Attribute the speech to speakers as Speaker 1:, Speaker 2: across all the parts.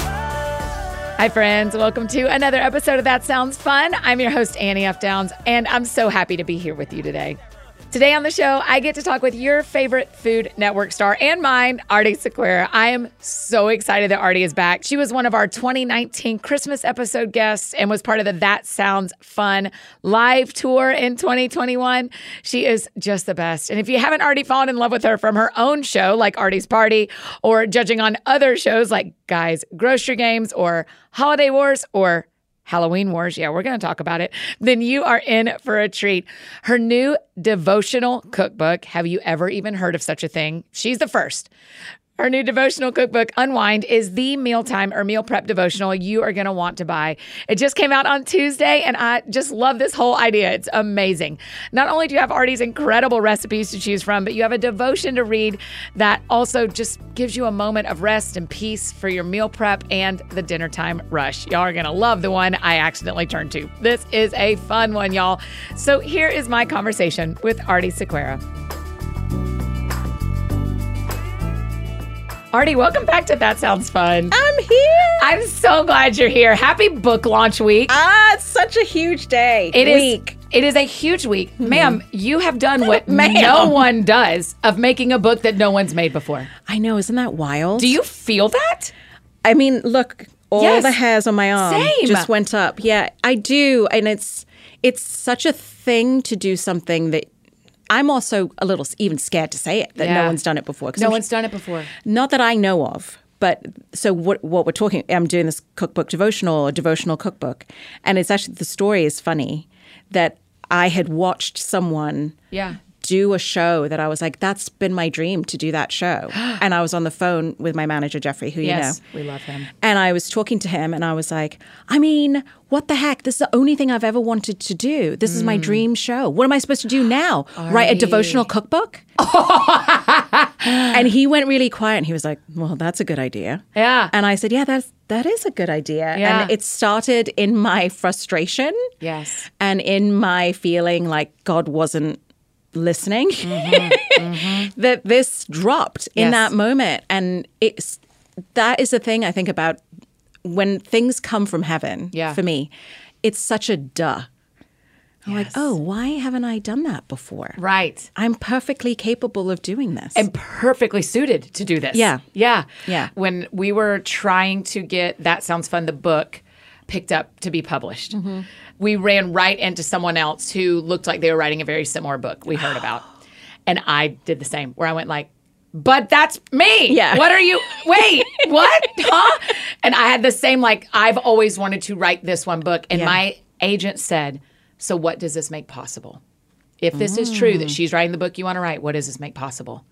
Speaker 1: Hi, friends. Welcome to another episode of That Sounds Fun. I'm your host, Annie F. Downs, and I'm so happy to be here with you today. Today on the show, I get to talk with your favorite Food Network star and mine, Artie Sequeira. I am so excited that Artie is back. She was one of our 2019 Christmas episode guests and was part of the That Sounds Fun live tour in 2021. She is just the best. And if you haven't already fallen in love with her from her own show, like Artie's Party, or judging on other shows like Guys Grocery Games or Holiday Wars or Halloween Wars. Yeah, we're going to talk about it. Then you are in for a treat. Her new devotional cookbook. Have you ever even heard of such a thing? She's the first. Her new devotional cookbook, Unwind, is the mealtime or meal prep devotional you are going to want to buy. It just came out on Tuesday, and I just love this whole idea. It's amazing. Not only do you have Artie's incredible recipes to choose from, but you have a devotion to read that also just gives you a moment of rest and peace for your meal prep and the dinner time rush. Y'all are going to love the one I accidentally turned to. This is a fun one, y'all. So here is my conversation with Artie Sequeira. Artie, welcome back to That Sounds Fun.
Speaker 2: I'm here.
Speaker 1: I'm so glad you're here. Happy book launch week.
Speaker 2: Ah, it's such a huge day.
Speaker 1: It is.
Speaker 2: week.
Speaker 1: It is a huge week. Ma'am, you have done what
Speaker 2: Ma'am.
Speaker 1: no one does of making a book that no one's made before.
Speaker 2: I know, isn't that wild?
Speaker 1: Do you feel that?
Speaker 2: I mean, look, all
Speaker 1: Yes.
Speaker 2: the hairs on my arm
Speaker 1: Same.
Speaker 2: just went up. Yeah, I do, and it's it's such a thing to do something that I'm also a little s- even scared to say it that
Speaker 1: Yeah.
Speaker 2: no one's done it before. 'cause
Speaker 1: No
Speaker 2: I'm-
Speaker 1: one's done it before.
Speaker 2: not that I know of. But so what? What we're talking? I'm doing this cookbook devotional, a devotional cookbook, and it's actually the story is funny that I had watched someone
Speaker 1: Yeah.
Speaker 2: do a show that I was like, that's been my dream to do that show, and I was on the phone with my manager Jeffrey, who
Speaker 1: Yes,
Speaker 2: you know,
Speaker 1: we love him.
Speaker 2: and I was talking to him, and I was like, I mean, what the heck? This is the only thing I've ever wanted to do. This is my
Speaker 1: Mm.
Speaker 2: dream show. What am I supposed to do now? Write a devotional cookbook? and he went really quiet and he was like, Well, that's a good idea.
Speaker 1: Yeah.
Speaker 2: And I said, Yeah, that's that is a good idea.
Speaker 1: Yeah.
Speaker 2: And it started in my frustration.
Speaker 1: Yes.
Speaker 2: And in my feeling like God wasn't listening. that this dropped in
Speaker 1: Mm-hmm. Yes.
Speaker 2: that moment. And it's that is the thing I think about when things come from heaven
Speaker 1: Yeah.
Speaker 2: for me. It's such a duh. I'm like, oh, why haven't I done that before?
Speaker 1: Right.
Speaker 2: I'm perfectly capable of doing this.
Speaker 1: and perfectly suited to do this.
Speaker 2: Yeah.
Speaker 1: Yeah.
Speaker 2: Yeah.
Speaker 1: When we were trying to get That Sounds Fun, the book picked up to be published,
Speaker 2: Mm-hmm.
Speaker 1: we ran right into someone else who looked like they were writing a very similar book we heard about. And I did the same where I went like, but that's me.
Speaker 2: Yeah.
Speaker 1: What are you? Wait, what? Huh? And I had the same, like, I've always wanted to write this one book. And
Speaker 2: Yeah.
Speaker 1: my agent said, So what does this make possible? if this is true
Speaker 2: Mm.
Speaker 1: that she's writing the book you want to write, what does this make possible?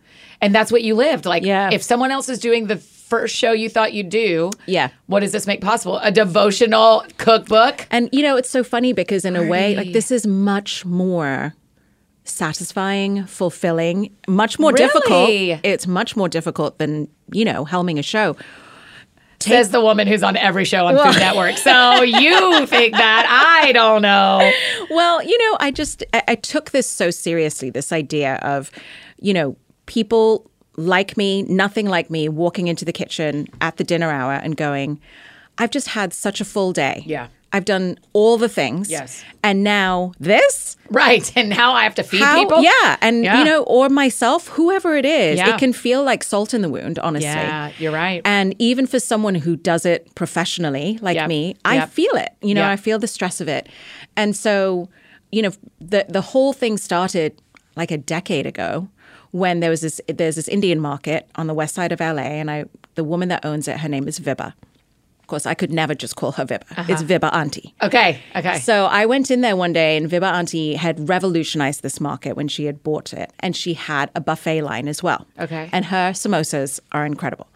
Speaker 1: And that's what you lived. Like,
Speaker 2: Yeah.
Speaker 1: if someone else is doing the first show you thought you'd do,
Speaker 2: Yeah.
Speaker 1: what does this make possible? A devotional cookbook.
Speaker 2: And you know, it's so funny because in a way, like this is much more satisfying, fulfilling, much more
Speaker 1: Really?
Speaker 2: difficult. It's much more difficult than, you know, helming a show.
Speaker 1: says the woman who's on every show on Food Network. So you think that? I don't know.
Speaker 2: Well, you know, I just I, I took this so seriously. This idea of, you know, people like me, nothing like me, walking into the kitchen at the dinner hour and going, "I've just had such a full day.
Speaker 1: Yeah.
Speaker 2: I've done all the things.
Speaker 1: Yes.
Speaker 2: and now this."
Speaker 1: Right. And now I have to feed
Speaker 2: How-
Speaker 1: people?
Speaker 2: Yeah, and
Speaker 1: Yeah.
Speaker 2: you know, or myself, whoever it is,
Speaker 1: Yeah.
Speaker 2: it can feel like salt in the wound, honestly.
Speaker 1: Yeah, you're right.
Speaker 2: And even for someone who does it professionally, like
Speaker 1: Yep.
Speaker 2: me, I
Speaker 1: Yep.
Speaker 2: feel it. You know,
Speaker 1: Yep.
Speaker 2: I feel the stress of it. And so, you know, the the whole thing started like a decade ago when there was this there's this Indian market on the west side of LA, and I the woman that owns it, her name is Vibha. Of course, I could never just call her Vibha. It's
Speaker 1: Uh-huh.
Speaker 2: Vibha Auntie.
Speaker 1: Okay. Okay.
Speaker 2: So I went in there one day, and Vibha Auntie had revolutionized this market when she had bought it, and she had a buffet line as well.
Speaker 1: Okay.
Speaker 2: and her samosas are incredible.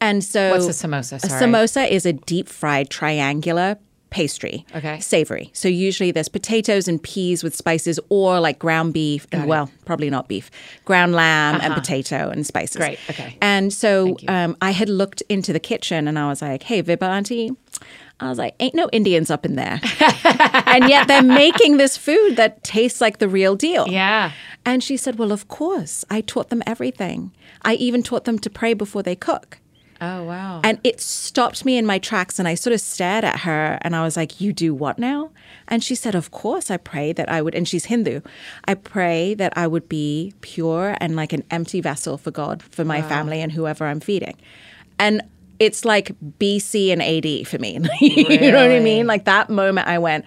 Speaker 2: And so,
Speaker 1: What's a samosa? Sorry.
Speaker 2: A samosa is a deep fried triangular pastry.
Speaker 1: Okay.
Speaker 2: savory. So usually there's potatoes and peas with spices, or like ground beef, and well, probably not beef, ground lamb and potato and spices.
Speaker 1: Uh-huh. Great, okay.
Speaker 2: And so um, I had looked into the kitchen, and I was like, "Hey, Vibha Auntie." I was like, ain't no Indians up in there and yet they're making this food that tastes like the real deal.
Speaker 1: yeah.
Speaker 2: And she said, Well, of course. I taught them everything. I even taught them to pray before they cook.
Speaker 1: Oh, wow.
Speaker 2: And it stopped me in my tracks. And I sort of stared at her and I was like, You do what now? And she said, Of course, I pray that I would, and she's Hindu, I pray that I would be pure and like an empty vessel for God, for my family, and whoever I'm feeding. And it's like BC and AD for me. you know what I mean? Like that moment, I went,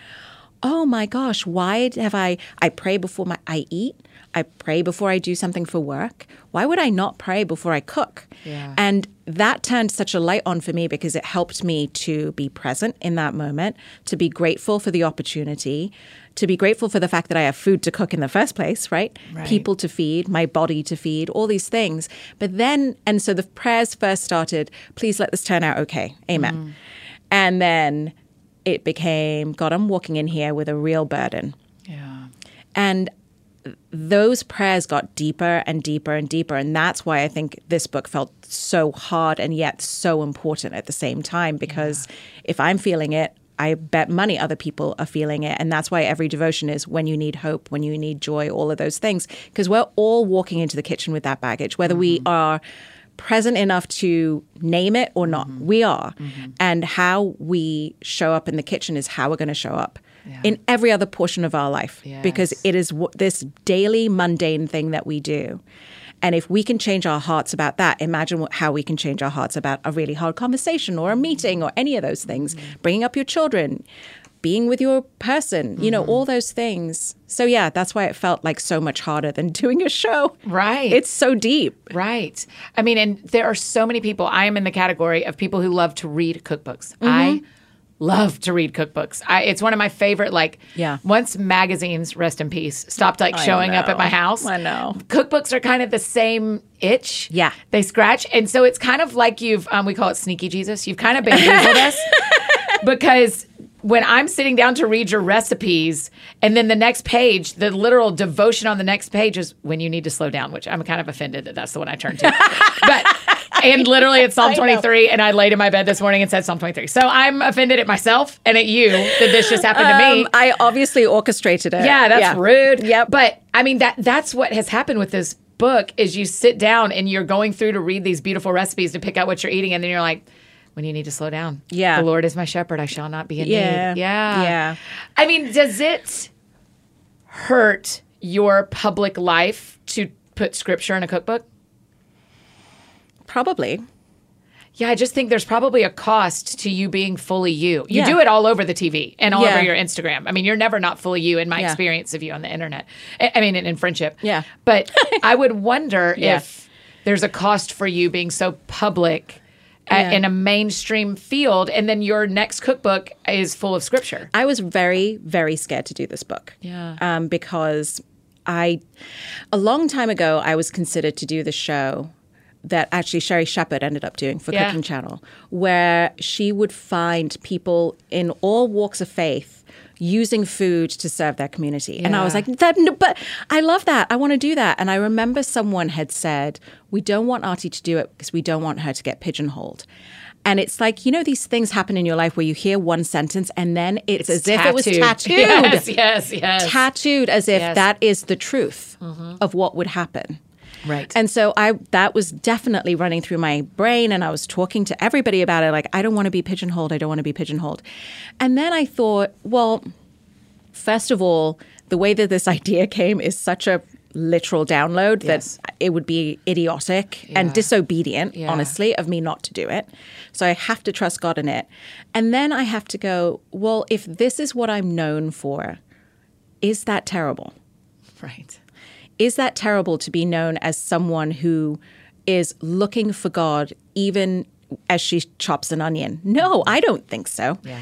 Speaker 2: Oh my gosh, why have I? I pray before my, I eat. I pray before I do something for work. Why would I not pray before I cook?
Speaker 1: Yeah.
Speaker 2: And that turned such a light on for me because it helped me to be present in that moment, to be grateful for the opportunity, to be grateful for the fact that I have food to cook in the first place, right?
Speaker 1: Right.
Speaker 2: People to feed, my body to feed, all these things. But then, and so the prayers first started, please let this turn out okay. Amen. And then it became, God, I'm walking in here with a real burden.
Speaker 1: Yeah.
Speaker 2: And those prayers got deeper and deeper and deeper. And that's why I think this book felt so hard and yet so important at the same time. Because if I'm feeling it, I bet money other people are feeling it. And that's why every devotion is when you need hope, when you need joy, all of those things. Because we're all walking into the kitchen with that baggage, whether we are present enough to name it or not. We are. And how we show up in the kitchen is how we're going to show up in every other portion of our life because
Speaker 1: Yes.
Speaker 2: it is w- this daily mundane thing that we do. And if we can change our hearts about that, imagine what, how we can change our hearts about a really hard conversation or a meeting or any of those things,
Speaker 1: Mm-hmm.
Speaker 2: bringing up your children, being with your person, you
Speaker 1: Mm-hmm.
Speaker 2: know, all those things. So, yeah, that's why it felt like so much harder than doing a show.
Speaker 1: Right.
Speaker 2: It's so deep.
Speaker 1: Right. I mean, and there are so many people. I am in the category of people who love to read cookbooks. I
Speaker 2: Mm-hmm.
Speaker 1: love to read cookbooks. I, it's one of my favorite. Like,
Speaker 2: Yeah.
Speaker 1: Once magazines, rest in peace, stopped like showing up at my
Speaker 2: know.
Speaker 1: house.
Speaker 2: I know.
Speaker 1: Cookbooks are kind of the same itch.
Speaker 2: Yeah.
Speaker 1: They scratch, and so it's kind of like you've. Um, we call it sneaky Jesus. You've kind of been Googled us because. When I'm sitting down to read your recipes, and then the next page, the literal devotion on the next page is when you need to slow down, which I'm kind of offended that that's the one I turned to. but and literally it's Psalm 23, and I laid in my bed this morning and said Psalm 23. So I'm offended at myself and at you that this just happened to me.
Speaker 2: Um, I obviously orchestrated it.
Speaker 1: Yeah, that's rude.
Speaker 2: Yep.
Speaker 1: But I mean that that's what has happened with this book is you sit down and you're going through to read these beautiful recipes to pick out what you're eating, and then you're like, when you need to slow down.
Speaker 2: Yeah.
Speaker 1: The Lord is my shepherd, I shall not be in
Speaker 2: Yeah.
Speaker 1: need. Yeah.
Speaker 2: Yeah.
Speaker 1: I mean, does it hurt your public life to put scripture in a cookbook?
Speaker 2: Probably.
Speaker 1: Yeah, I just think there's probably a cost to you being fully you. You
Speaker 2: Yeah.
Speaker 1: do it all over the TV and all
Speaker 2: Yeah.
Speaker 1: over your Instagram. I mean, you're never not fully you in my
Speaker 2: Yeah.
Speaker 1: experience of you on the internet. I I mean, in, in friendship.
Speaker 2: Yeah.
Speaker 1: But I would wonder
Speaker 2: Yeah.
Speaker 1: if there's a cost for you being so public a-
Speaker 2: Yeah.
Speaker 1: in a mainstream field, and then your next cookbook is full of scripture.
Speaker 2: I was very, very scared to do this book.
Speaker 1: Yeah.
Speaker 2: Um, because I, a long time ago, I was considered to do the show that actually Sherry Shepard ended up doing for
Speaker 1: Yeah.
Speaker 2: Cooking Channel, where she would find people in all walks of faith using food to serve their community. And I was
Speaker 1: Yeah.
Speaker 2: like, that, no, but I love that. I want to do that. And I remember someone had said, we don't want Artie to do it because we don't want her to get pigeonholed. And it's like, you know, these things happen in your life where you hear one sentence and then it's, as if it was tattooed.
Speaker 1: Yes, yes, yes.
Speaker 2: Tattooed as if
Speaker 1: Yes. Mm-hmm.
Speaker 2: that is the truth of what would happen.
Speaker 1: right.
Speaker 2: And so I that was definitely running through my brain and I was talking to everybody about it like I don't want to be pigeonholed, I don't want to be pigeonholed. And then I thought, well, first of all, the way that this idea came is such a literal download
Speaker 1: Yes.
Speaker 2: that it would be idiotic and disobedient,
Speaker 1: Yeah.
Speaker 2: honestly, of me not to do it. So I have to trust God in it. And then I have to go, well, if this is what I'm known for, is that terrible?
Speaker 1: right.
Speaker 2: is that terrible to be known as someone who is looking for God even as she chops an onion? No, I don't think so.
Speaker 1: Yeah.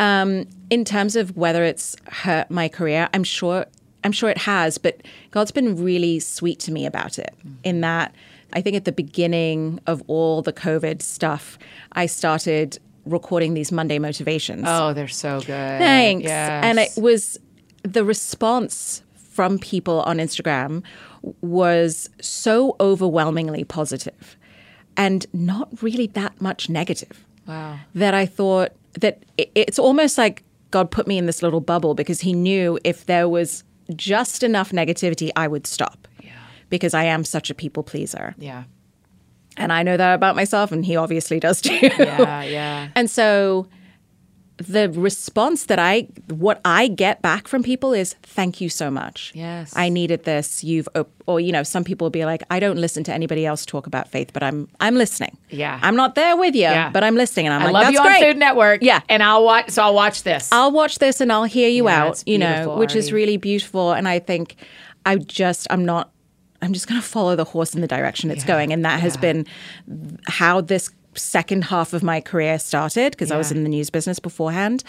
Speaker 2: Um, in terms of whether it's hurt my career, I'm sure I'm sure it has, but God's been really sweet to me about it in that I think at the beginning of all the COVID stuff, I started recording these Monday motivations
Speaker 1: Oh, they're so good.
Speaker 2: thanks.
Speaker 1: Yes.
Speaker 2: And it was the response from people on Instagram was so overwhelmingly positive and not really that much negative
Speaker 1: wow.
Speaker 2: that I thought that i- it's almost like God put me in this little bubble because he knew if there was just enough negativity, I would stop. Because I am such a people pleaser.
Speaker 1: Yeah.
Speaker 2: And I know that about myself, and he obviously does too.
Speaker 1: Yeah. Yeah.
Speaker 2: And so the response that I what I get back from people is thank you so much.
Speaker 1: Yes.
Speaker 2: I needed this. You've op- or you know some people will be like I don't listen to anybody else talk about faith, but I'm I'm listening.
Speaker 1: Yeah.
Speaker 2: I'm not there with you,
Speaker 1: Yeah.
Speaker 2: but I'm listening and I'm
Speaker 1: I
Speaker 2: like
Speaker 1: love
Speaker 2: that's
Speaker 1: you
Speaker 2: great.
Speaker 1: on Food Network.
Speaker 2: Yeah.
Speaker 1: And I'll watch. So I'll watch this.
Speaker 2: I'll watch this and I'll hear you
Speaker 1: Yeah,
Speaker 2: out,
Speaker 1: it's
Speaker 2: you know,
Speaker 1: beautiful,
Speaker 2: which is
Speaker 1: Artie.
Speaker 2: really beautiful. And I think I just, I'm not, I'm just going to follow the horse in the direction it's going. And that has been how this second half of my career started because I was
Speaker 1: Yeah.
Speaker 2: in the news business beforehand.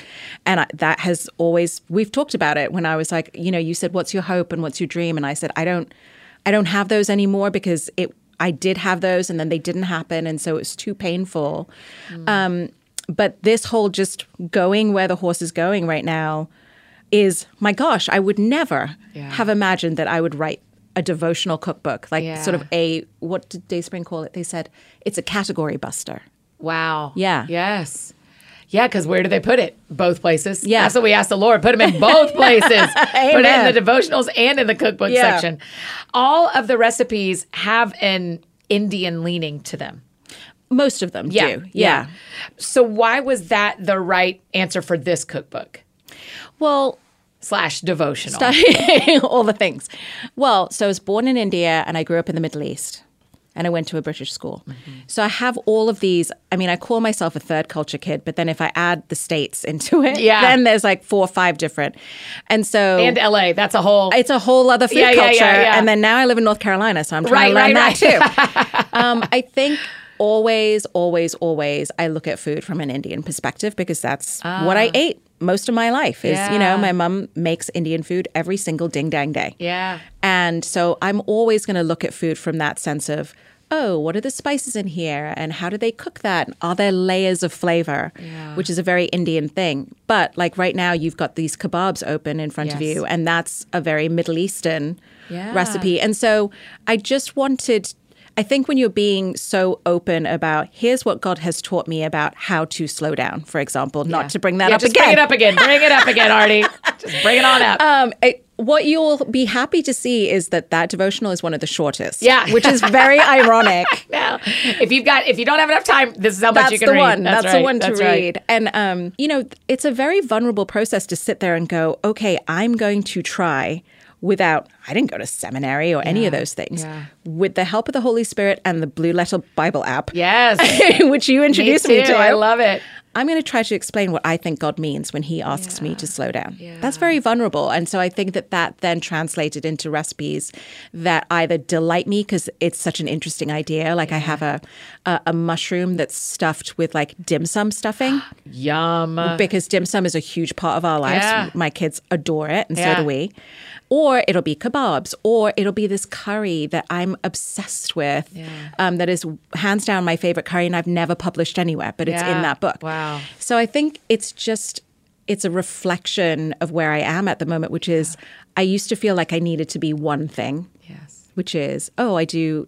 Speaker 2: And I, that has always, we've talked about it when I was like, you know, you said, what's your hope and what's your dream? And I said, I don't, I don't have those anymore because it, I did have those and then they didn't happen. And so it was too painful
Speaker 1: Mm.
Speaker 2: Um, but this whole just going where the horse is going right now is my gosh i would never
Speaker 1: Yeah.
Speaker 2: have imagined that i would write a devotional cookbook like
Speaker 1: Yeah.
Speaker 2: sort of a what did dayspring call it they said it's a category buster
Speaker 1: Wow.
Speaker 2: Yeah.
Speaker 1: Yes. Yeah, because where do they put it? Both places.
Speaker 2: Yeah.
Speaker 1: That's what we asked the Lord. Put them in both places. Put it in
Speaker 2: Amen.
Speaker 1: the devotionals and in the cookbook
Speaker 2: Yeah.
Speaker 1: section. All of the recipes have an Indian leaning to them.
Speaker 2: most of them do yeah.
Speaker 1: So why was that the right answer for this cookbook
Speaker 2: well
Speaker 1: slash devotional?
Speaker 2: all the things. Well, so I was born in India and I grew up in the Middle East and I went to a British school.
Speaker 1: Mm-hmm.
Speaker 2: So I have all of these. I mean, I call myself a third culture kid, but then if I add the states into it,
Speaker 1: Yeah.
Speaker 2: then there's like four or five different. And so
Speaker 1: and LA. That's a whole.
Speaker 2: it's a whole other food
Speaker 1: Yeah, yeah, yeah,
Speaker 2: culture.
Speaker 1: yeah.
Speaker 2: And then now I live in North Carolina, so I'm
Speaker 1: Right,
Speaker 2: trying to learn
Speaker 1: right,
Speaker 2: that too. um, I think always, always, always, I look at food from an Indian perspective because that's what I ate most of my life. Is you
Speaker 1: Ah. Yeah.
Speaker 2: know, my mum makes Indian food every single ding dang day.
Speaker 1: yeah.
Speaker 2: And so I'm always going to look at food from that sense of, oh, what are the spices in here? And how do they cook that? And Are there layers of flavor?
Speaker 1: Yeah.
Speaker 2: Which is a very Indian thing. But like right now, you've got these kebabs open in front of
Speaker 1: Yes.
Speaker 2: you, and that's a very Middle Eastern
Speaker 1: Yeah.
Speaker 2: recipe. And so I just wanted. I think when you're being so open about here's what God has taught me about how to slow down, for example,
Speaker 1: Yeah.
Speaker 2: not to bring that
Speaker 1: Yeah,
Speaker 2: up
Speaker 1: just
Speaker 2: again.
Speaker 1: Bring it up again. Bring it up again, Artie. Just bring it on up.
Speaker 2: Um, it- what you'll be happy to see is that that devotional is one of the shortest.
Speaker 1: Yeah.
Speaker 2: which is very ironic.
Speaker 1: now, if you've got, if you don't have enough time, this is how much
Speaker 2: That's
Speaker 1: you can
Speaker 2: the
Speaker 1: read.
Speaker 2: one. That's, the
Speaker 1: right.
Speaker 2: one to
Speaker 1: That's right.
Speaker 2: read. And um, you know, it's a very vulnerable process to sit there and go, okay, I'm going to try without. I didn't go to seminary or any of those things.
Speaker 1: yeah.
Speaker 2: With the help of the Holy Spirit and the Blue Letter Bible app,
Speaker 1: Yes.
Speaker 2: which you introduced me,
Speaker 1: too.
Speaker 2: to,
Speaker 1: I love it.
Speaker 2: I'm going to try to explain what I think God means when He asks me to slow down. That's
Speaker 1: Yeah.
Speaker 2: very vulnerable. And so I think that that then translated into recipes that either delight me because it's such an interesting idea. Like I have a, a, a mushroom that's stuffed with like dim sum stuffing
Speaker 1: Uh-huh. Yum.
Speaker 2: because dim sum is a huge part of our lives.
Speaker 1: Yeah.
Speaker 2: My kids adore it, and
Speaker 1: Yeah.
Speaker 2: so do we. Or it'll be kebabs, or it'll be this curry that I'm obsessed with, um, that is hands down my favorite curry, and I've never published anywhere, but it's
Speaker 1: Yeah.
Speaker 2: in that book.
Speaker 1: Wow.
Speaker 2: So I think it's just it's a reflection of where I am at the moment, which is I used to feel like I needed to be one thing
Speaker 1: Yes.
Speaker 2: which is, oh, I do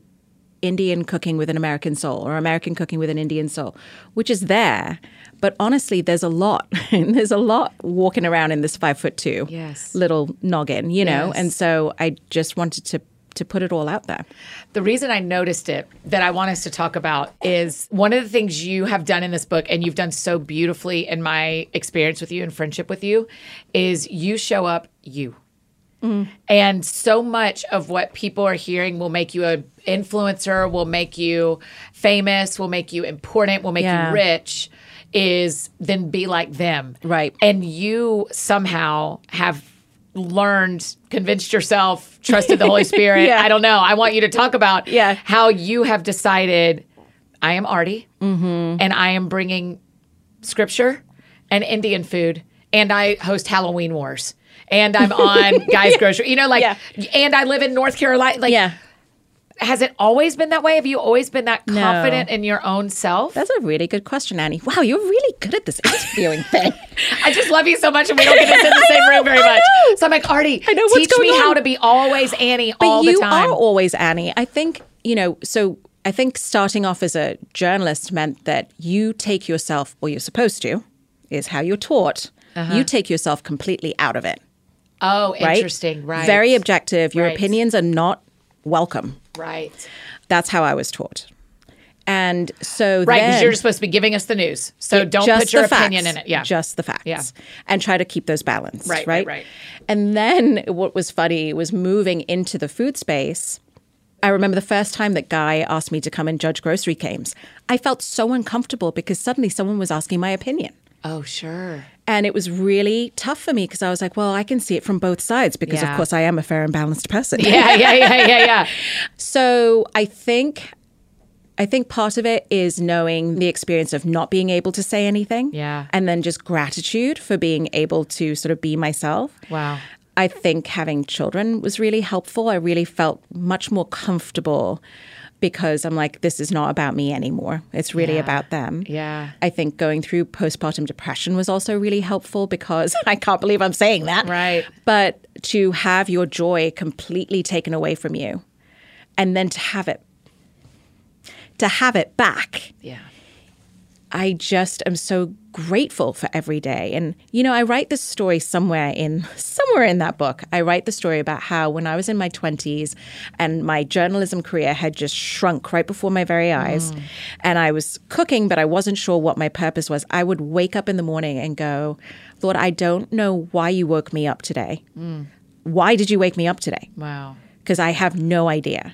Speaker 2: Indian cooking with an American soul or American cooking with an Indian soul, which is there. But honestly, there's a lot. there's a lot walking around in this five foot two
Speaker 1: Yes.
Speaker 2: little noggin, you know?
Speaker 1: Yes.
Speaker 2: And so I just wanted to to put it all out there.
Speaker 1: The reason I noticed it that I want us to talk about is one of the things you have done in this book, and you've done so beautifully in my experience with you and friendship with you, is you show up you.
Speaker 2: Mm.
Speaker 1: And so much of what people are hearing will make you an influencer, will make you famous, will make you important, will make
Speaker 2: Yeah.
Speaker 1: you rich, is then be like them.
Speaker 2: Right.
Speaker 1: And you somehow have learned, convinced yourself, trusted the Holy Spirit.
Speaker 2: Yeah.
Speaker 1: I don't know. I want you to talk about
Speaker 2: Yeah.
Speaker 1: how you have decided I am Artie
Speaker 2: Mm-hmm.
Speaker 1: and I am bringing scripture and Indian food and I host Halloween Wars and I'm on Guy's Grocery. You know, like,
Speaker 2: Yeah.
Speaker 1: and I live in North Carolina. Like,
Speaker 2: Yeah.
Speaker 1: has it always been that way? Have you always been that confident in your own self?
Speaker 2: That's a really good question, Annie. Wow, you're really good at this interviewing thing.
Speaker 1: I just love you so much, and we don't get to sit in the same room very much. So I'm like, Artie,
Speaker 2: I know, what's
Speaker 1: teach me
Speaker 2: going
Speaker 1: how
Speaker 2: on?
Speaker 1: to be always Annie
Speaker 2: But
Speaker 1: all
Speaker 2: you
Speaker 1: the time.
Speaker 2: are always Annie. I think, you know, so I think starting off as a journalist meant that you take yourself, or you're supposed to, is how you're taught,
Speaker 1: Uh-huh.
Speaker 2: you take yourself completely out of it.
Speaker 1: oh,
Speaker 2: Right?
Speaker 1: interesting, right?
Speaker 2: Very objective. Your
Speaker 1: Right.
Speaker 2: opinions are not welcome.
Speaker 1: right,
Speaker 2: That's how I was taught. And so
Speaker 1: right. Because
Speaker 2: then-
Speaker 1: you're supposed to be giving us the news, so don't
Speaker 2: just
Speaker 1: put your
Speaker 2: the
Speaker 1: opinion
Speaker 2: facts,
Speaker 1: in it. Yeah,
Speaker 2: Just the facts.
Speaker 1: Yeah.
Speaker 2: And try to keep those balanced.
Speaker 1: Right, right,
Speaker 2: Right,
Speaker 1: right.
Speaker 2: And then what was funny was moving into the food space. I remember the first time that guy asked me to come and judge grocery games. I felt so uncomfortable because suddenly someone was asking my opinion.
Speaker 1: Oh, sure.
Speaker 2: And it was really tough for me because I was like, well, I can see it from both sides because,
Speaker 1: Yeah.
Speaker 2: of course, I am a fair and balanced person.
Speaker 1: Yeah, yeah, yeah, yeah, yeah.
Speaker 2: So I think I think part of it is knowing the experience of not being able to say anything.
Speaker 1: Yeah.
Speaker 2: And then just gratitude for being able to sort of be myself.
Speaker 1: Wow.
Speaker 2: I think having children was really helpful. I really felt much more comfortable because I'm like, this is not about me anymore. It's really
Speaker 1: Yeah.
Speaker 2: about them.
Speaker 1: Yeah.
Speaker 2: I think going through postpartum depression was also really helpful because I can't believe I'm saying that.
Speaker 1: Right.
Speaker 2: But to have your joy completely taken away from you and then to have it to have it back.
Speaker 1: Yeah.
Speaker 2: I just am so grateful for every day. And you know, I write this story somewhere in somewhere in that book. I write the story about how when I was in my 20s and my journalism career had just shrunk right before my very eyes and I was cooking but I wasn't sure what my purpose was. I would wake up in the morning and go, "Lord, I don't know why you woke me up today. Why did you wake me up today?"
Speaker 1: Wow.
Speaker 2: because I have no idea.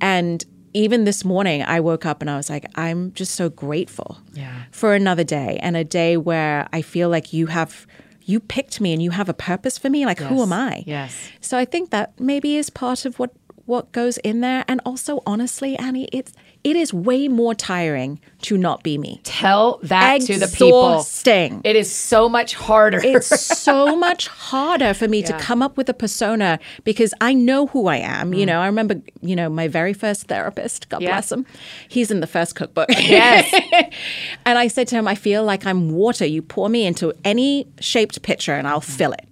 Speaker 2: And even this morning, I woke up and I was like, I'm just so grateful
Speaker 1: Yeah.
Speaker 2: for another day and a day where I feel like you have, you picked me and you have a purpose for me. Like, who am I?
Speaker 1: Yes.
Speaker 2: So I think that maybe is part of what what goes in there. And also, honestly, Annie, it's it is way more tiring to not be me.
Speaker 1: Tell that to the people.
Speaker 2: Exhausting.
Speaker 1: It is so much harder.
Speaker 2: It's so much harder for me
Speaker 1: Yeah.
Speaker 2: to come up with a persona because I know who I am. You know, I remember, you know, my very first therapist, God
Speaker 1: Mm. Yeah.
Speaker 2: bless him, he's in the first cookbook.
Speaker 1: yes.
Speaker 2: and I said to him, I feel like I'm water. You pour me into any shaped pitcher and I'll
Speaker 1: Mm.
Speaker 2: fill it.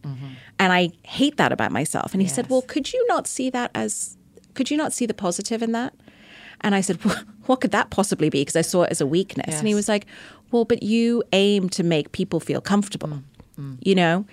Speaker 2: And I hate that about myself. And he said,
Speaker 1: Mm-hmm. Yes.
Speaker 2: Well, could you not see that as, could you not see the positive in that? And I said, "Wh- What could that possibly be? Because I saw it as a weakness. And he
Speaker 1: Yes.
Speaker 2: was like, Well, but you aim to make people feel comfortable,
Speaker 1: Mm.
Speaker 2: you know?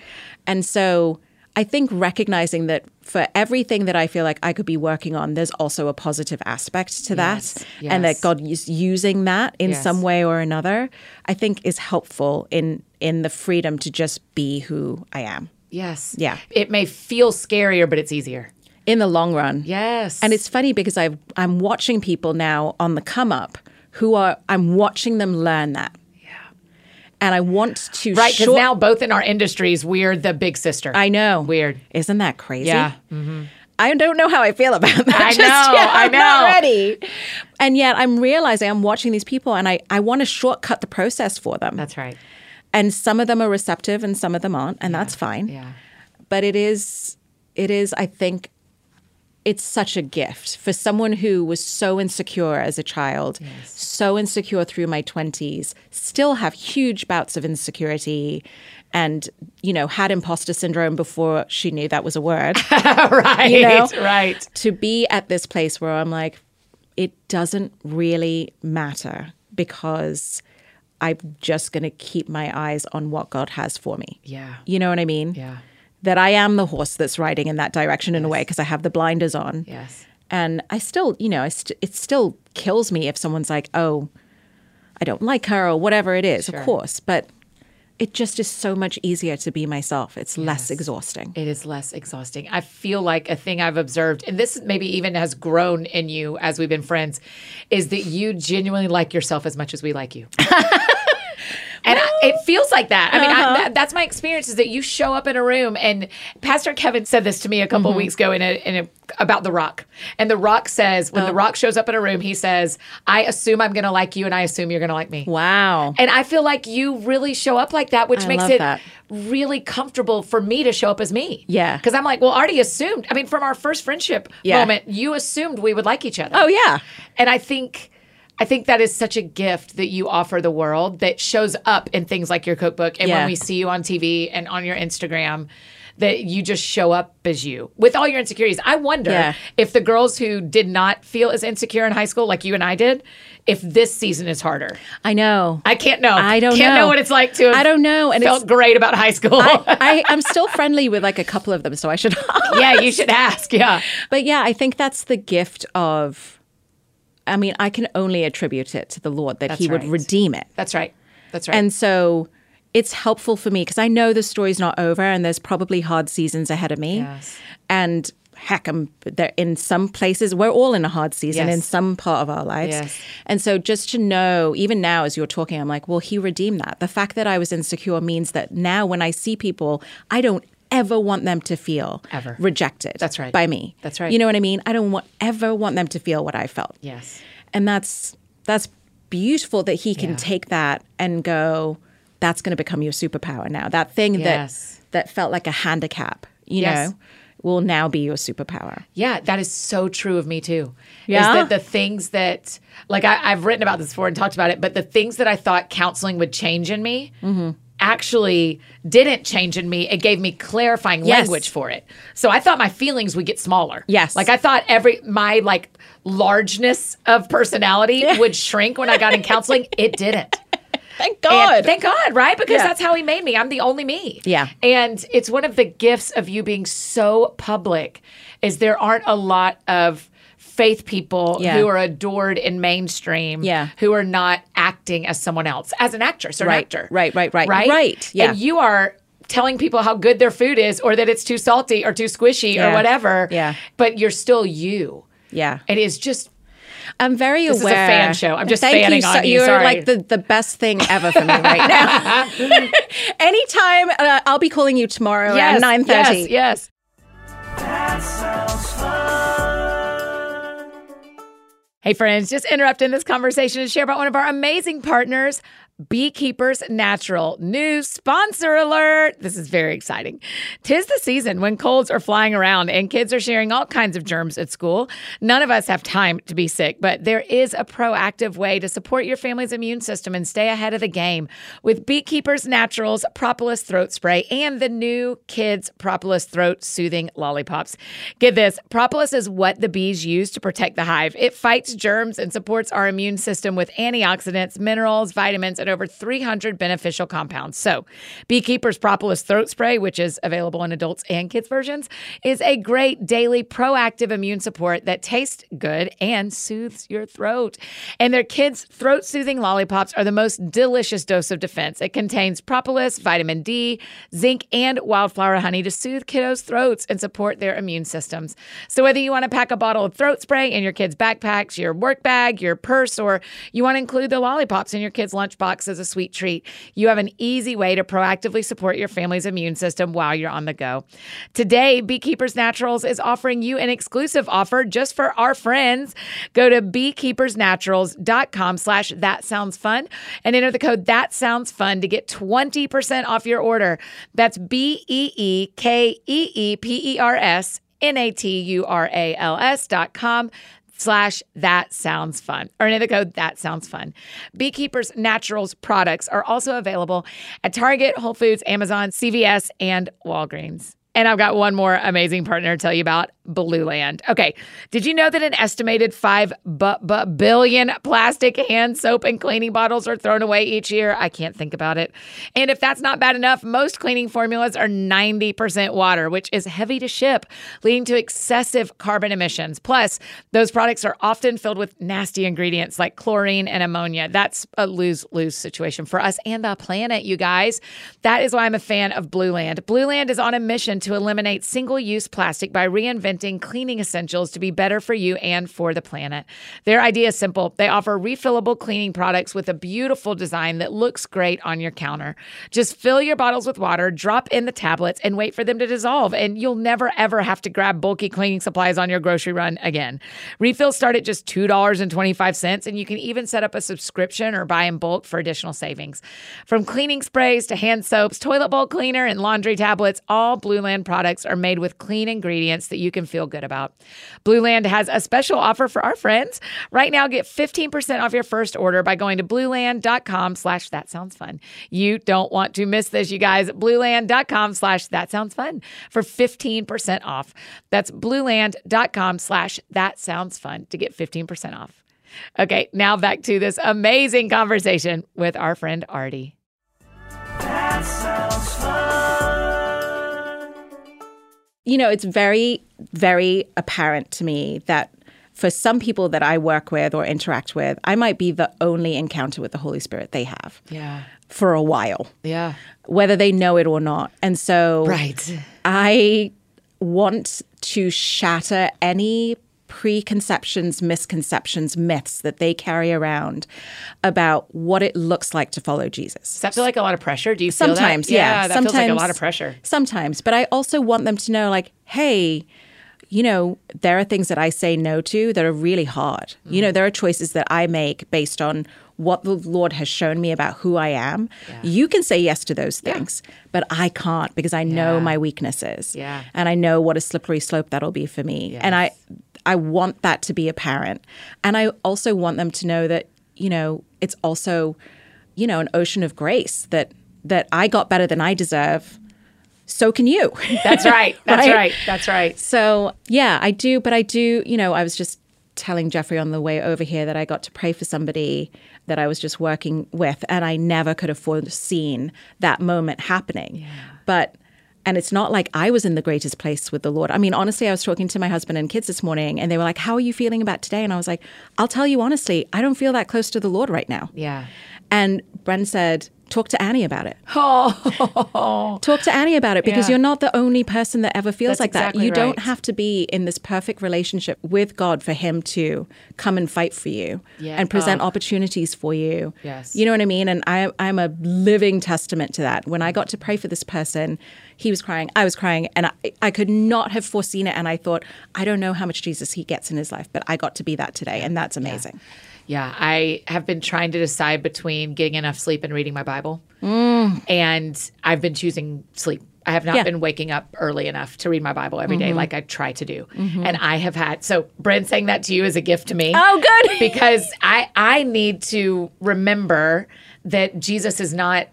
Speaker 2: And so I think recognizing that for everything that I feel like I could be working on, there's also a positive aspect to
Speaker 1: Yes,
Speaker 2: that.
Speaker 1: yes.
Speaker 2: And that God is using that in
Speaker 1: Yes.
Speaker 2: some way or another, I think is helpful in in the freedom to just be who I am
Speaker 1: Yes.
Speaker 2: Yeah.
Speaker 1: It may feel scarier, but it's easier.
Speaker 2: in the long run.
Speaker 1: Yes.
Speaker 2: And it's funny because I've, I'm watching people now on the come up who are, I'm watching them learn that. Yeah. And I want to
Speaker 1: right because
Speaker 2: short-
Speaker 1: now both in our industries we're the big sister.
Speaker 2: I know.
Speaker 1: Weird.
Speaker 2: Isn't that crazy?
Speaker 1: Yeah.
Speaker 2: I don't know how I feel about that.
Speaker 1: I
Speaker 2: just
Speaker 1: know,
Speaker 2: yet.
Speaker 1: I
Speaker 2: I'm not
Speaker 1: know.
Speaker 2: ready. And yet I'm realizing I'm watching these people and I, I want to shortcut the process for them.
Speaker 1: That's right.
Speaker 2: and some of them are receptive and some of them aren't and that's fine
Speaker 1: yeah.
Speaker 2: but it is it is i think it's such a gift for someone who was so insecure as a child so insecure through my 20s still have huge bouts of insecurity and you know had imposter syndrome before she knew that was a word
Speaker 1: right.
Speaker 2: know?
Speaker 1: Right.
Speaker 2: to be at this place where i'm like it doesn't really matter because I'm just going to keep my eyes on what God has for me.
Speaker 1: Yeah.
Speaker 2: You know what I mean?
Speaker 1: Yeah.
Speaker 2: That I am the horse that's riding in that direction in a way because I have the blinders on.
Speaker 1: Yes.
Speaker 2: And I still, you know, I st- it still kills me if someone's like, oh, I don't like her or whatever it is, of course. But it just is so much easier to be myself. It's less exhausting.
Speaker 1: It is less exhausting. I feel like a thing I've observed, and this maybe even has grown in you as we've been friends, is that you genuinely like yourself as much as we like you. And I, it feels like that. I mean, I, that, that's my experience is that you show up in a room, and Pastor Kevin said this to me a couple of weeks ago in a, in a, about The Rock. And The Rock says, when The Rock shows up in a room, he says, I assume I'm going to like you, and I assume you're going to like me.
Speaker 2: Wow.
Speaker 1: And I feel like you really show up like that, which
Speaker 2: I
Speaker 1: makes
Speaker 2: love
Speaker 1: it
Speaker 2: that.
Speaker 1: really comfortable for me to show up as me.
Speaker 2: Yeah.
Speaker 1: Because I'm like, well, I already assumed. I mean, from our first friendship
Speaker 2: Yeah.
Speaker 1: moment, you assumed we would like each other.
Speaker 2: Oh, yeah.
Speaker 1: And I think. I think that is such a gift that you offer the world that shows up in things like your cookbook and when
Speaker 2: Yeah.
Speaker 1: we see you on TV and on your Instagram that you just show up as you with all your insecurities. I wonder
Speaker 2: Yeah.
Speaker 1: if the girls who did not feel as insecure in high school like you and I did, if this season is harder.
Speaker 2: I know.
Speaker 1: I can't know.
Speaker 2: I don't
Speaker 1: can't know.
Speaker 2: know.
Speaker 1: what it's like to. Have
Speaker 2: I don't know, and
Speaker 1: felt
Speaker 2: it's-
Speaker 1: great about high school.
Speaker 2: I, I'm still friendly with like a couple of them, so I should.
Speaker 1: yeah, you should ask. Yeah,
Speaker 2: But yeah, I think that's the gift of. I mean, I can only attribute it to the Lord that He would
Speaker 1: right.
Speaker 2: redeem it.
Speaker 1: that's right. That's right.
Speaker 2: And so it's helpful for me because I know the story's not over and there's probably hard seasons ahead of me.
Speaker 1: Yes.
Speaker 2: And heck, I'm there in some places, we're all in a hard season
Speaker 1: Yes.
Speaker 2: in some part of our lives.
Speaker 1: Yes.
Speaker 2: And so just to know, even now as you're talking, I'm like, well, he redeemed that. The fact that I was insecure means that now when I see people, I don't ever want them to feel
Speaker 1: Ever.
Speaker 2: rejected
Speaker 1: That's right.
Speaker 2: by me
Speaker 1: That's right.
Speaker 2: you know what i mean i don't want, ever want them to feel what i felt
Speaker 1: yes,
Speaker 2: and that's that's beautiful that he can
Speaker 1: Yeah.
Speaker 2: take that and go that's going to become your superpower now that thing
Speaker 1: Yes.
Speaker 2: that that felt like a handicap you
Speaker 1: Yes.
Speaker 2: know will now be your superpower
Speaker 1: yeah, that is so true of me too.
Speaker 2: Yeah?
Speaker 1: is that the things that like I, I've written about this before and talked about it, but the things that I thought counseling would change in me.
Speaker 2: Mm-hmm.
Speaker 1: Actually, didn't change in me. It gave me clarifying
Speaker 2: Yes.
Speaker 1: language for it. So I thought my feelings would get smaller.
Speaker 2: Yes.
Speaker 1: like I thought every my like largeness of personality would shrink when I got in counseling. It didn't.
Speaker 2: thank
Speaker 1: And thank God, right? Because
Speaker 2: Yeah.
Speaker 1: that's how he made me. I'm the only me.
Speaker 2: Yeah.
Speaker 1: And it's one of the gifts of you being so public is there aren't a lot of faith people
Speaker 2: Yeah.
Speaker 1: who are adored in mainstream
Speaker 2: Yeah.
Speaker 1: who are not acting as someone else, as an actress or an
Speaker 2: Right,
Speaker 1: actor.
Speaker 2: right, right, right,
Speaker 1: Right.
Speaker 2: right, yeah.
Speaker 1: And you are telling people how good their food is or that it's too salty or too squishy or
Speaker 2: Yeah.
Speaker 1: whatever.
Speaker 2: Yeah.
Speaker 1: But you're still you.
Speaker 2: yeah
Speaker 1: It is just
Speaker 2: i'm very
Speaker 1: is a
Speaker 2: aware
Speaker 1: fan show. I'm just
Speaker 2: thank
Speaker 1: fanning
Speaker 2: you
Speaker 1: on you,
Speaker 2: you're
Speaker 1: sorry.
Speaker 2: like the, the best thing ever for me right now anytime uh, i'll be calling you tomorrow
Speaker 1: yes,
Speaker 2: around 9.30
Speaker 1: yes, yes. Hey, friends, just interrupting this conversation to share about one of our amazing partners, Beekeepers Natural. New sponsor alert. This is very exciting. Tis the season when colds are flying around and kids are sharing all kinds of germs at school. None of us have time to be sick, but there is a proactive way to support your family's immune system and stay ahead of the game with Beekeepers Naturals Propolis Throat Spray and the new Kids Propolis Throat Soothing Lollipops. Get this propolis is what the bees use to protect the hive. It fights germs and supports our immune system with antioxidants, minerals, vitamins, and over 300 beneficial compounds. So, Beekeeper's Propolis Throat Spray, which is available in adults and kids versions, is a great daily proactive immune support that tastes good and soothes your throat. And their kids' throat soothing lollipops are the most delicious dose of defense. It contains propolis, vitamin D, zinc, and wildflower honey to soothe kiddos' throats and support their immune systems. So, whether you want to pack a bottle of throat spray in your kids' backpacks, your work bag, your purse, or you want to include the lollipops in your kids' lunchbox as a sweet treat, you have an easy way to proactively support your family's immune system while you're on the go. Today, Beekeepers Naturals is offering you an exclusive offer just for our friends. Go to beekeepersnaturals.com slash that sounds fun and enter the code that sounds fun to get 20% off your order. That's B E E K E E P E R S N A T U R A L S dot com slash that sounds fun or another code that sounds fun beekeepers naturals products are also available at target whole foods amazon cvs and walgreens And I've got one more amazing partner to tell you about Blue Land. Okay. Did you know that an estimated 5 bu- bu- billion plastic hand soap and cleaning bottles are thrown away each year? I can't think about it. And if that's not bad enough, most cleaning formulas are 90% water, which is heavy to ship, leading to excessive carbon emissions. Plus, those products are often filled with nasty ingredients like chlorine and ammonia. That's a lose lose situation for us and the planet, you guys. That is why I'm a fan of Blue Land. Blue Land is on a mission to eliminate single use plastic by reinventing cleaning essentials to be better for you and for the planet. Their idea is simple they offer refillable cleaning products with a beautiful design that looks great on your counter. Just fill your bottles with water, drop in the tablets, and wait for them to dissolve, and you'll never ever have to grab bulky cleaning supplies on your grocery run again. Refills start at just $2.25, and you can even set up a subscription or buy in bulk for additional savings. From cleaning sprays to hand soaps, toilet bowl cleaner, and laundry tablets, all Blue Land products are made with clean ingredients that you can feel good about. Blue Land has a special offer for our friends. Right now, get 15% off your first order by going to blueland.com slash that sounds fun. You don't want to miss this, you guys. Blueland.com slash that sounds fun for 15% off. That's blueland.com slash that sounds fun to get 15% off. Okay, now back to this amazing conversation with our friend Artie.
Speaker 2: you know, it's very, very apparent to me that for some people that I work with or interact with, I might be the only encounter with the Holy Spirit they have
Speaker 1: Yeah.
Speaker 2: for a while,
Speaker 1: Yeah.
Speaker 2: whether they know it or not. And so
Speaker 1: Right.
Speaker 2: I want to shatter any preconceptions, misconceptions, myths that they carry around about what it looks like to follow Jesus.
Speaker 1: Does that feel like a lot of pressure? Do you feel that?
Speaker 2: Sometimes, yeah.
Speaker 1: that
Speaker 2: sometimes,
Speaker 1: feels like a lot of pressure.
Speaker 2: Sometimes, but I also want them to know, like, hey, you know, there are things that I say no to that are really hard. You
Speaker 1: Mm.
Speaker 2: know, there are choices that I make based on what the Lord has shown me about who I am. You can say yes to those things, but I can't because I know my weaknesses.
Speaker 1: Yeah.
Speaker 2: And I know what a slippery slope that'll be for me. And I I want that to be apparent. And I also want them to know that, you know, it's also, you know, an ocean of grace that that I got better than I deserve. So can you.
Speaker 1: That's right. That's
Speaker 2: Right?
Speaker 1: right. That's right.
Speaker 2: So, yeah, I do, but I do, you know, I was just telling Jeffrey on the way over here that I got to pray for somebody that I was just working with, and I never could have foreseen that moment happening. But and it's not like I was in the greatest place with the Lord. I mean, honestly, I was talking to my husband and kids this morning, and they were like, How are you feeling about today? And I was like, I'll tell you honestly, I don't feel that close to the Lord right now.
Speaker 1: Yeah.
Speaker 2: And Bren said, Talk to Annie about it. Oh. Talk to Annie about it because
Speaker 1: Yeah.
Speaker 2: you're not the only person that ever feels
Speaker 1: That's
Speaker 2: like that.
Speaker 1: exactly
Speaker 2: You don't
Speaker 1: right.
Speaker 2: have to be in this perfect relationship with God for Him to come and fight for you
Speaker 1: Yeah. Oh.
Speaker 2: and present opportunities for you.
Speaker 1: Yes.
Speaker 2: You know what I mean? And I, I'm a living testament to that. When I got to pray for this person, he was crying, I was crying, and I, I could not have foreseen it. And I thought, I don't know how much Jesus he gets in his life, but I got to be that today. And that's amazing.
Speaker 1: Yeah. I have been trying to decide between getting enough sleep and reading my Bible. And I've been choosing sleep. I have not
Speaker 2: Mm. Yeah. Mm-hmm.
Speaker 1: been waking up early enough to read my Bible every day, like I try to do. And I have had so Brent saying that to you is a gift to me.
Speaker 2: Oh, good.
Speaker 1: because I I need to remember that Jesus is not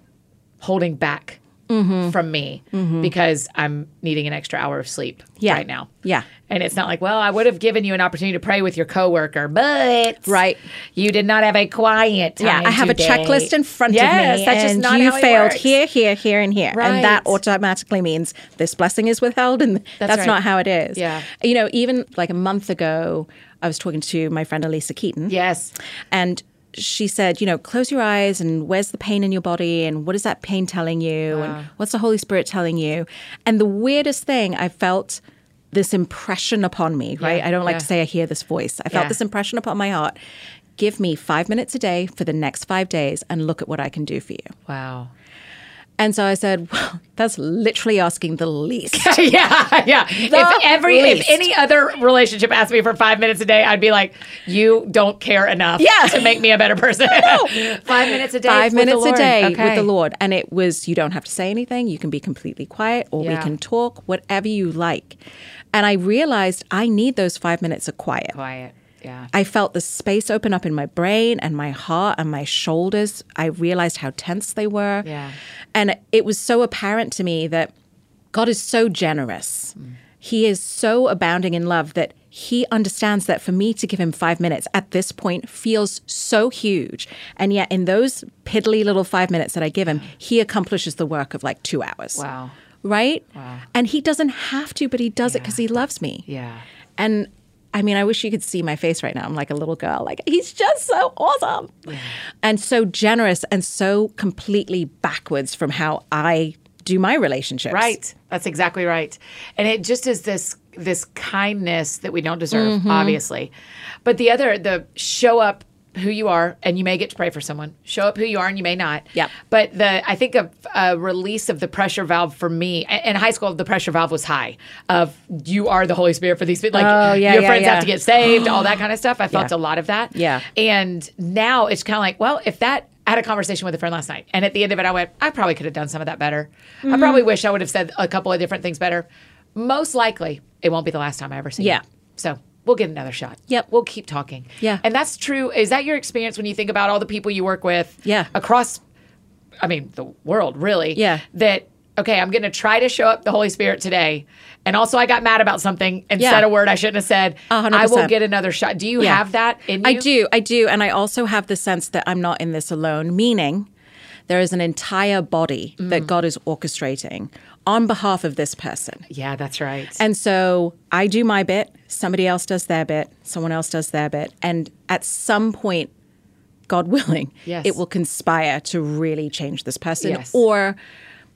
Speaker 1: holding back
Speaker 2: Mm-hmm.
Speaker 1: from me because I'm needing an extra hour of sleep
Speaker 2: Yeah.
Speaker 1: right now.
Speaker 2: Yeah.
Speaker 1: And it's not like, well, I would have given you an opportunity to pray with your coworker, but
Speaker 2: Right.
Speaker 1: you did not have a quiet time.
Speaker 2: I have
Speaker 1: today.
Speaker 2: a checklist in front
Speaker 1: yes,
Speaker 2: of me.
Speaker 1: That's just
Speaker 2: and
Speaker 1: not
Speaker 2: you
Speaker 1: how it
Speaker 2: failed
Speaker 1: works.
Speaker 2: here, here, here, and here. And that
Speaker 1: Right.
Speaker 2: automatically means this blessing is withheld, and that's,
Speaker 1: right.
Speaker 2: not how it is.
Speaker 1: Yeah.
Speaker 2: You know, even like a month ago, I was talking to my friend Elisa Keaton.
Speaker 1: Yes.
Speaker 2: And she said, you know, close your eyes and where's the pain in your body and what is that pain telling you and what's the Holy Spirit telling you? And the weirdest thing, I felt this impression upon me, right? I don't like
Speaker 1: yeah.
Speaker 2: to say I hear this voice. I felt
Speaker 1: Yeah.
Speaker 2: this impression upon my heart. Give me five minutes a day for the next five days and look at what I can do for you.
Speaker 1: Wow.
Speaker 2: And so I said, well, that's literally asking the least.
Speaker 1: yeah, yeah. if every if
Speaker 2: least.
Speaker 1: any other relationship asked me for five minutes a day, I'd be like, you don't care enough
Speaker 2: Yeah.
Speaker 1: to make me a better person. five minutes a day. with
Speaker 2: five
Speaker 1: the
Speaker 2: minutes a
Speaker 1: Lord.
Speaker 2: day with
Speaker 1: Okay.
Speaker 2: the Lord. And it was, you don't have to say anything. You can be completely quiet or
Speaker 1: Yeah.
Speaker 2: we can talk, whatever you like. And I realized I need those five minutes of quiet.
Speaker 1: Quiet. Yeah.
Speaker 2: I felt the space open up in my brain and my heart and my shoulders. I realized how tense they were.
Speaker 1: Yeah.
Speaker 2: And it was so apparent to me that God is so generous. He is so abounding in love that he understands that for me to give him five minutes at this point feels so huge. And yet, in those piddly little five minutes that I give him, he accomplishes the work of like two hours.
Speaker 1: Wow.
Speaker 2: Right? Wow. And he doesn't have to, but he does it because he loves me.
Speaker 1: Yeah.
Speaker 2: And I mean, I wish you could see my face right now. I'm like a little girl. Like, he's just so awesome and so generous and so completely backwards from how I do my relationships.
Speaker 1: Right. That's exactly right. And it just is this this kindness that we don't deserve,
Speaker 2: Mm-hmm.
Speaker 1: obviously. But the other the show up who you are and you may get to pray for someone. Show up who you are and you may not.
Speaker 2: Yep.
Speaker 1: But the I think a, a release of the pressure valve for me a- in high school the pressure valve was high of you are the Holy Spirit for these people like
Speaker 2: Oh, yeah,
Speaker 1: your
Speaker 2: yeah,
Speaker 1: friends
Speaker 2: yeah.
Speaker 1: have to get saved, all that kind of stuff. I felt a lot of that.
Speaker 2: Yeah.
Speaker 1: And now it's kind of like, well, if that I had a conversation with a friend last night, and at the end of it, I went, I probably could have done some of that better.
Speaker 2: Mm-hmm.
Speaker 1: I probably wish I would have said a couple of different things better. Most likely, it won't be the last time I ever see.
Speaker 2: Yeah.
Speaker 1: It. So we'll get another shot.
Speaker 2: Yep.
Speaker 1: We'll keep talking.
Speaker 2: Yeah.
Speaker 1: And that's true. Is that your experience when you think about all the people you work with?
Speaker 2: Yeah.
Speaker 1: Across, I mean, the world, really.
Speaker 2: Yeah.
Speaker 1: That. Okay, I'm going to try to show up the Holy Spirit today. And also, I got mad about something and said a word I shouldn't have said.
Speaker 2: A hundred
Speaker 1: I will
Speaker 2: percent.
Speaker 1: get another shot. Do you
Speaker 2: Yeah.
Speaker 1: have that in you?
Speaker 2: I do, I do. And I also have the sense that I'm not in this alone, meaning there is an entire body
Speaker 1: Mm.
Speaker 2: that God is orchestrating on behalf of this person.
Speaker 1: Yeah, that's right.
Speaker 2: And so I do my bit, somebody else does their bit, someone else does their bit. And at some point, God willing,
Speaker 1: Yes.
Speaker 2: it will conspire to really change this person
Speaker 1: Yes.
Speaker 2: or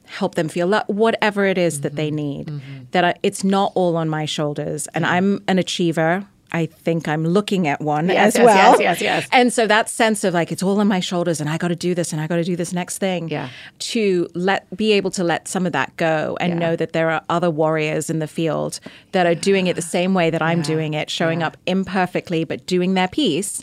Speaker 2: help them feel lo- whatever it is that
Speaker 1: Mm-hmm.
Speaker 2: they need. That I, it's not all on my shoulders. And I'm an achiever. I think I'm looking at one
Speaker 1: Yes,
Speaker 2: as
Speaker 1: yes,
Speaker 2: well.
Speaker 1: yes, yes, yes.
Speaker 2: And so that sense of like it's all on my shoulders and I got to do this and I got to do this next thing
Speaker 1: Yeah.
Speaker 2: to let be able to let some of that go and know that there are other warriors in the field that are doing it the same way that I'm doing it, showing up imperfecly but doing their piece.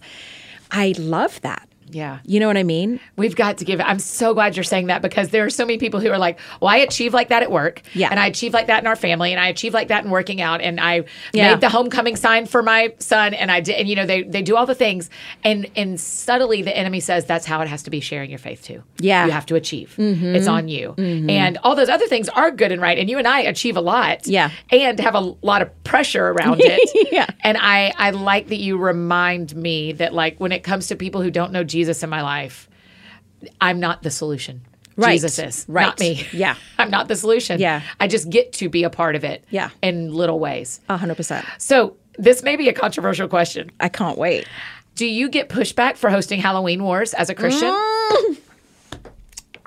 Speaker 2: I love that.
Speaker 1: yeah.
Speaker 2: You know what I mean?
Speaker 1: We've got to give. I'm so glad you're saying that because there are so many people who are like, "Well, I achieve like that at work,
Speaker 2: Yeah.
Speaker 1: and I achieve like that in our family, and I achieve like that in working out, and I
Speaker 2: Yeah.
Speaker 1: made the homecoming sign for my son, and I did, and you know, they they do all the things, and and subtly the enemy says that's how it has to be sharing your faith too.
Speaker 2: Yeah. Mm-hmm.
Speaker 1: you have to achieve. It's on you, and all those other things are good and right, and you and I achieve a lot,
Speaker 2: Yeah.
Speaker 1: and have a lot of pressure around it,
Speaker 2: Yeah.
Speaker 1: and I, I like that you remind me that like when it comes to people who don't know Jesus in my life, I'm not the solution.
Speaker 2: Right.
Speaker 1: Jesus is. Not
Speaker 2: Right.
Speaker 1: me.
Speaker 2: Yeah.
Speaker 1: I'm not the solution.
Speaker 2: Yeah.
Speaker 1: I just get to be a part of it.
Speaker 2: Yeah.
Speaker 1: In little ways.
Speaker 2: A hundred percent.
Speaker 1: So this may be a controversial question.
Speaker 2: I can't wait.
Speaker 1: Do you get pushback for hosting Halloween Wars as a Christian?
Speaker 2: Mm.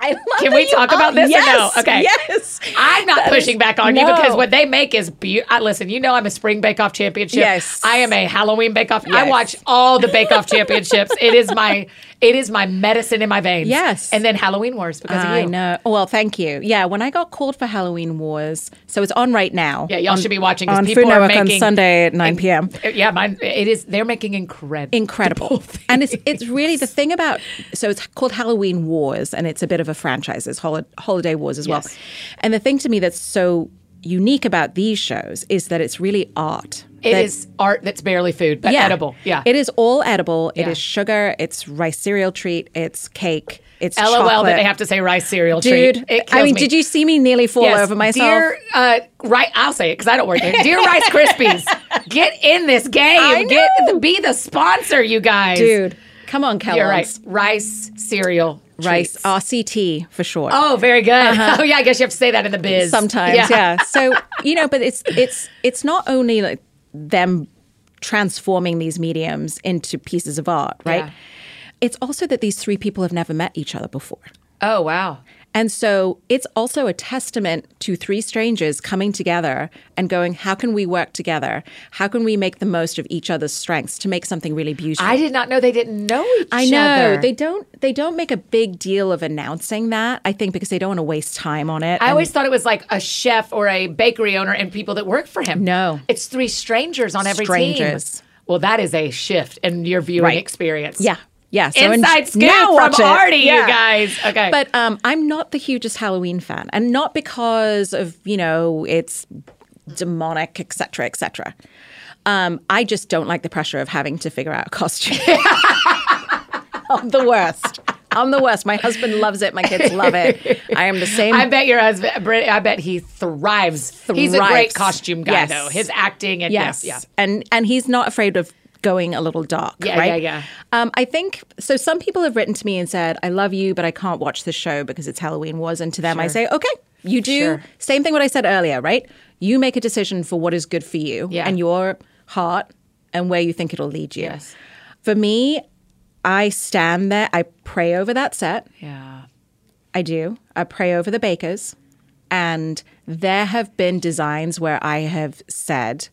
Speaker 2: I love
Speaker 1: Can
Speaker 2: that
Speaker 1: we
Speaker 2: you
Speaker 1: talk
Speaker 2: are-
Speaker 1: about this or
Speaker 2: Yes,
Speaker 1: no? Okay.
Speaker 2: Yes.
Speaker 1: I'm not
Speaker 2: That is-
Speaker 1: pushing back on you
Speaker 2: No.
Speaker 1: because what they make is beautiful. Listen, you know I'm a spring bake off championship.
Speaker 2: Yes.
Speaker 1: I am a Halloween bake off. I
Speaker 2: Yes.
Speaker 1: watch all the bake off championships. It is my it is my medicine in my veins.
Speaker 2: Yes.
Speaker 1: And then Halloween Wars because of
Speaker 2: I
Speaker 1: you.
Speaker 2: know. Well, thank you. Yeah, when I got called for Halloween Wars, so it's on right now.
Speaker 1: Yeah, y'all should be watching 'cause
Speaker 2: on
Speaker 1: people
Speaker 2: Food
Speaker 1: are
Speaker 2: Network on
Speaker 1: making-
Speaker 2: Sunday at 9 p.m.
Speaker 1: Yeah, mine it is they're making incredible
Speaker 2: incredible. And it's it's really the thing about so it's called Halloween Wars and it's a bit of a franchise. It's holi- Holiday Wars as well.
Speaker 1: Yes.
Speaker 2: And the thing to me that's so unique about these shows is that it's really art.
Speaker 1: It is art that's barely food, but edible. Yeah.
Speaker 2: It is all edible. It
Speaker 1: Yeah.
Speaker 2: is sugar, it's rice cereal treat, it's cake, it's
Speaker 1: LOL
Speaker 2: chocolate.
Speaker 1: that they have to say rice cereal
Speaker 2: Dude,
Speaker 1: treat. It
Speaker 2: I
Speaker 1: kills
Speaker 2: mean,
Speaker 1: me.
Speaker 2: did you see me nearly fall
Speaker 1: Yes.
Speaker 2: over myself?
Speaker 1: Dear, uh, right, I'll say it because I don't work there. Dear Rice Krispies, get in this game.
Speaker 2: I
Speaker 1: Get be the sponsor, you guys.
Speaker 2: Dude, come on, Kellogg's.
Speaker 1: you're right. Rice cereal,
Speaker 2: Rice,
Speaker 1: treats.
Speaker 2: RCT for short.
Speaker 1: Oh, very good. Oh yeah, I guess you have to say that in the biz
Speaker 2: sometimes yeah. so you know but it's it's it's not only like them transforming these mediums into pieces of art right
Speaker 1: Yeah.
Speaker 2: it's also that these three people have never met each other before
Speaker 1: Oh wow.
Speaker 2: and so it's also a testament to three strangers coming together and going how can we work together how can we make the most of each other's strengths to make something really beautiful
Speaker 1: I did not know they didn't know each
Speaker 2: I know
Speaker 1: other.
Speaker 2: they don't. They don't make a big deal of announcing that. I think because they don't want to waste time on it.
Speaker 1: I
Speaker 2: and-
Speaker 1: always thought it was like a chef or a bakery owner and people that work for him.
Speaker 2: No.
Speaker 1: It's three strangers on every
Speaker 2: Strangers.
Speaker 1: team. Well, that is a shift in your viewing
Speaker 2: Right.
Speaker 1: experience.
Speaker 2: Yeah. Yeah. en-
Speaker 1: Inside scoop
Speaker 2: now
Speaker 1: from
Speaker 2: watch it.
Speaker 1: Artie, you
Speaker 2: Yeah.
Speaker 1: guys. Okay.
Speaker 2: But um, I'm not the hugest Halloween fan, and not because of you know it's demonic, etc., etc. Um, I just don't like the pressure of having to figure out a costume. I'm the worst. I'm the worst. My husband loves it. My kids love it. I am the same.
Speaker 1: I bet your husband. Brit- I bet he thrives. He's a
Speaker 2: Thrives.
Speaker 1: great costume guy,
Speaker 2: Yes.
Speaker 1: though. His acting and
Speaker 2: yes.
Speaker 1: yes, yeah.
Speaker 2: And and he's not afraid of going a little dark,
Speaker 1: Yeah,
Speaker 2: right?
Speaker 1: yeah, yeah.
Speaker 2: Um, I think so. Some people have written to me and said, "I love you, but I can't watch the show because it's Halloween was." And to them, I say, "Okay, you do
Speaker 1: Sure.
Speaker 2: same thing what I said earlier, right? You make a decision for what is good for you
Speaker 1: Yeah.
Speaker 2: and your heart and where you think it'll lead you."
Speaker 1: Yes.
Speaker 2: For me, I stand there. I pray over that set.
Speaker 1: Yeah.
Speaker 2: I do. I pray over the bakers. And there have been designs where I have said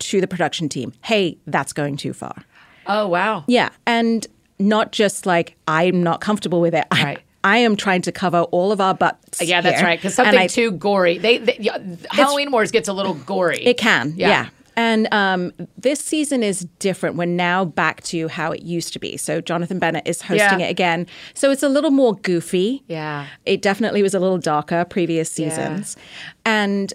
Speaker 2: to the production team, hey, that's going too far.
Speaker 1: Oh wow.
Speaker 2: Yeah. And not just like, I'm not comfortable with it. I-
Speaker 1: Right.
Speaker 2: I, am trying to cover all of our butts.
Speaker 1: Yeah, that's
Speaker 2: here.
Speaker 1: right. Because
Speaker 2: And
Speaker 1: something
Speaker 2: I-
Speaker 1: too gory. They, they yeah, Halloween Wars gets a little gory.
Speaker 2: It can, yeah. And um, this season is different. We're now back to how it used to be. So Jonathan Bennett is hosting
Speaker 1: Yeah.
Speaker 2: it again. So it's a little more goofy.
Speaker 1: Yeah.
Speaker 2: It definitely was a little darker previous seasons. And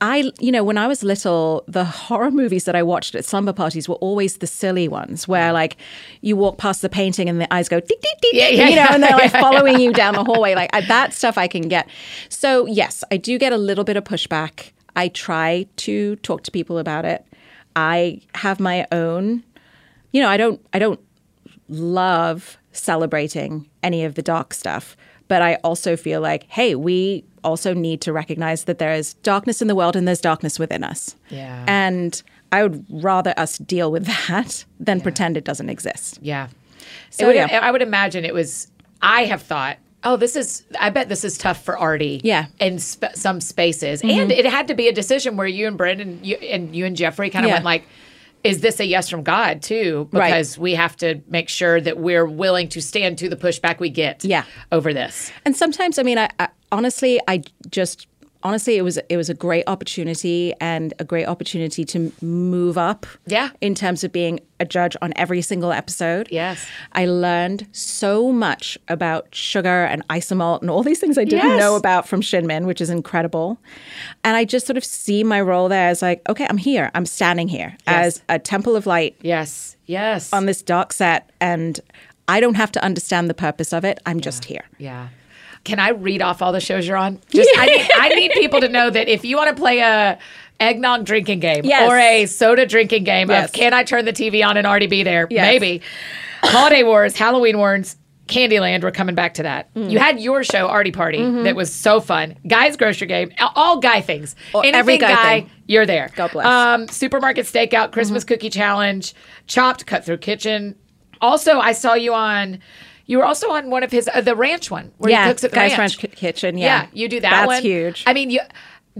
Speaker 2: I, you know, when I was little, the horror movies that I watched at slumber parties were always the silly ones where, like, you walk past the painting and the eyes go, "Tick, tick, tick,
Speaker 1: Yeah,
Speaker 2: tick,"
Speaker 1: yeah,
Speaker 2: you know,
Speaker 1: yeah,
Speaker 2: and they're like following you down the hallway. Like, I- that stuff I can get. So, yes, I do get a little bit of pushback. I try to talk to people about it. I have my own, you know, I don't, I don't love celebrating any of the dark stuff, but I also feel like, hey, we also need to recognize that there is darkness in the world and there's darkness within us.
Speaker 1: Yeah.
Speaker 2: And I would rather us deal with that than pretend it doesn't exist.
Speaker 1: Yeah.
Speaker 2: So,
Speaker 1: it would,
Speaker 2: yeah.
Speaker 1: I would imagine it was, I have thought, oh, this is, I bet this is tough for Artie.
Speaker 2: Yeah. Mm-hmm.
Speaker 1: In sp- some spaces. And it had to be a decision where you and Brendan you, and you and Jeffrey kind of
Speaker 2: Yeah.
Speaker 1: went like, is this a yes from God too?
Speaker 2: Right.
Speaker 1: Because we have to make sure that we're willing to stand to the pushback we get
Speaker 2: Yeah.
Speaker 1: over this.
Speaker 2: And sometimes, I mean, I, I honestly, I just honestly, it was it was a great opportunity and a great opportunity to move up.
Speaker 1: Yeah.
Speaker 2: In terms of being a judge on every single episode.
Speaker 1: Yes.
Speaker 2: I learned so much about sugar and isomalt and all these things I didn't
Speaker 1: Yes.
Speaker 2: know about from Shinmin, which is incredible. And I just sort of see my role there as like, okay, I'm here. I'm standing here as a temple of light
Speaker 1: Yes. Yes.
Speaker 2: on this dark set and I don't have to understand the purpose of it. I'm just here.
Speaker 1: Yeah. Can I read off all the shows you're on? Just I, need, I need people to know that if you want to play a eggnog drinking game
Speaker 2: Yes.
Speaker 1: or a soda drinking game
Speaker 2: Yes.
Speaker 1: of can I turn the TV on and already be there?
Speaker 2: Yes.
Speaker 1: Maybe. Holiday Wars, Halloween Wars, Candyland, we're coming back to that.
Speaker 2: Mm.
Speaker 1: You had your show, Artie Party,
Speaker 2: Mm-hmm.
Speaker 1: that was so fun. Guys Grocery Game, a- all guy things. Anything
Speaker 2: every guy thing.
Speaker 1: you're there.
Speaker 2: God bless. Mm-hmm.
Speaker 1: Um, supermarket stakeout, Christmas cookie challenge, chopped, cut through kitchen. Also, I saw you on. You were also on one of his uh, the ranch one where
Speaker 2: Yeah,
Speaker 1: he cooks at the
Speaker 2: Guy's
Speaker 1: ranch.
Speaker 2: Ranch Ki- Kitchen,
Speaker 1: Yeah.
Speaker 2: yeah.
Speaker 1: you do that
Speaker 2: That's
Speaker 1: one.
Speaker 2: huge.
Speaker 1: I mean, you.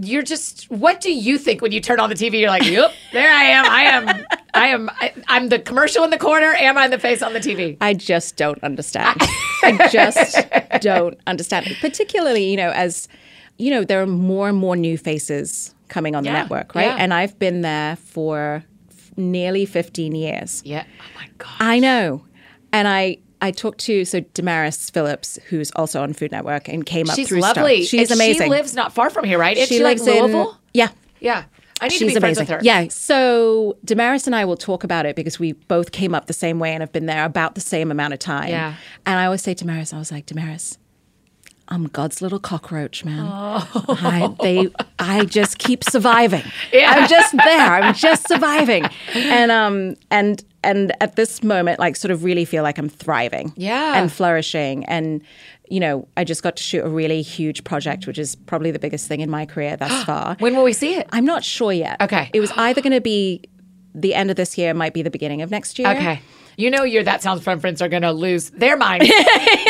Speaker 1: You're just. What do you think when you turn on the TV? You're like, "Yep, there I am. I am. I am. I, I'm the commercial in the corner. Am I the face on the TV?
Speaker 2: I just don't understand. I just don't understand. Particularly, you know, as you know, there are more and more new faces coming on the
Speaker 1: Yeah,
Speaker 2: network, right?
Speaker 1: yeah.
Speaker 2: And I've been there for f- nearly 15 years.
Speaker 1: Yeah. Oh my god.
Speaker 2: I know. And I I talked to so Damaris Phillips, who's also on Food Network and came up
Speaker 1: She's
Speaker 2: through Star-
Speaker 1: lovely.
Speaker 2: She's
Speaker 1: And
Speaker 2: amazing.
Speaker 1: She lives not far from here, right? Is she,
Speaker 2: She
Speaker 1: like
Speaker 2: lives in-
Speaker 1: Louisville?
Speaker 2: Yeah.
Speaker 1: Yeah. I need to
Speaker 2: She's
Speaker 1: be friends
Speaker 2: amazing.
Speaker 1: with her.
Speaker 2: Yeah. So Damaris and I will talk about it because we both came up the same way and have been there about the same amount of time.
Speaker 1: Yeah.
Speaker 2: And I always say to Damaris, I was like, Damaris, I'm God's little cockroach, man.
Speaker 1: Oh.
Speaker 2: I, they, I just keep surviving. I'm just there. I'm just surviving. And um and and at this moment, like sort of really feel like I'm thriving.
Speaker 1: Yeah.
Speaker 2: And flourishing. And you know, I just got to shoot a really huge project, which is probably the biggest thing in my career thus far.
Speaker 1: When will we see it?
Speaker 2: I'm not sure yet.
Speaker 1: Okay.
Speaker 2: It was either going to be the end of this year, might be the beginning of next year.
Speaker 1: Okay. You know your That Sounds Fun friends are going to lose their minds.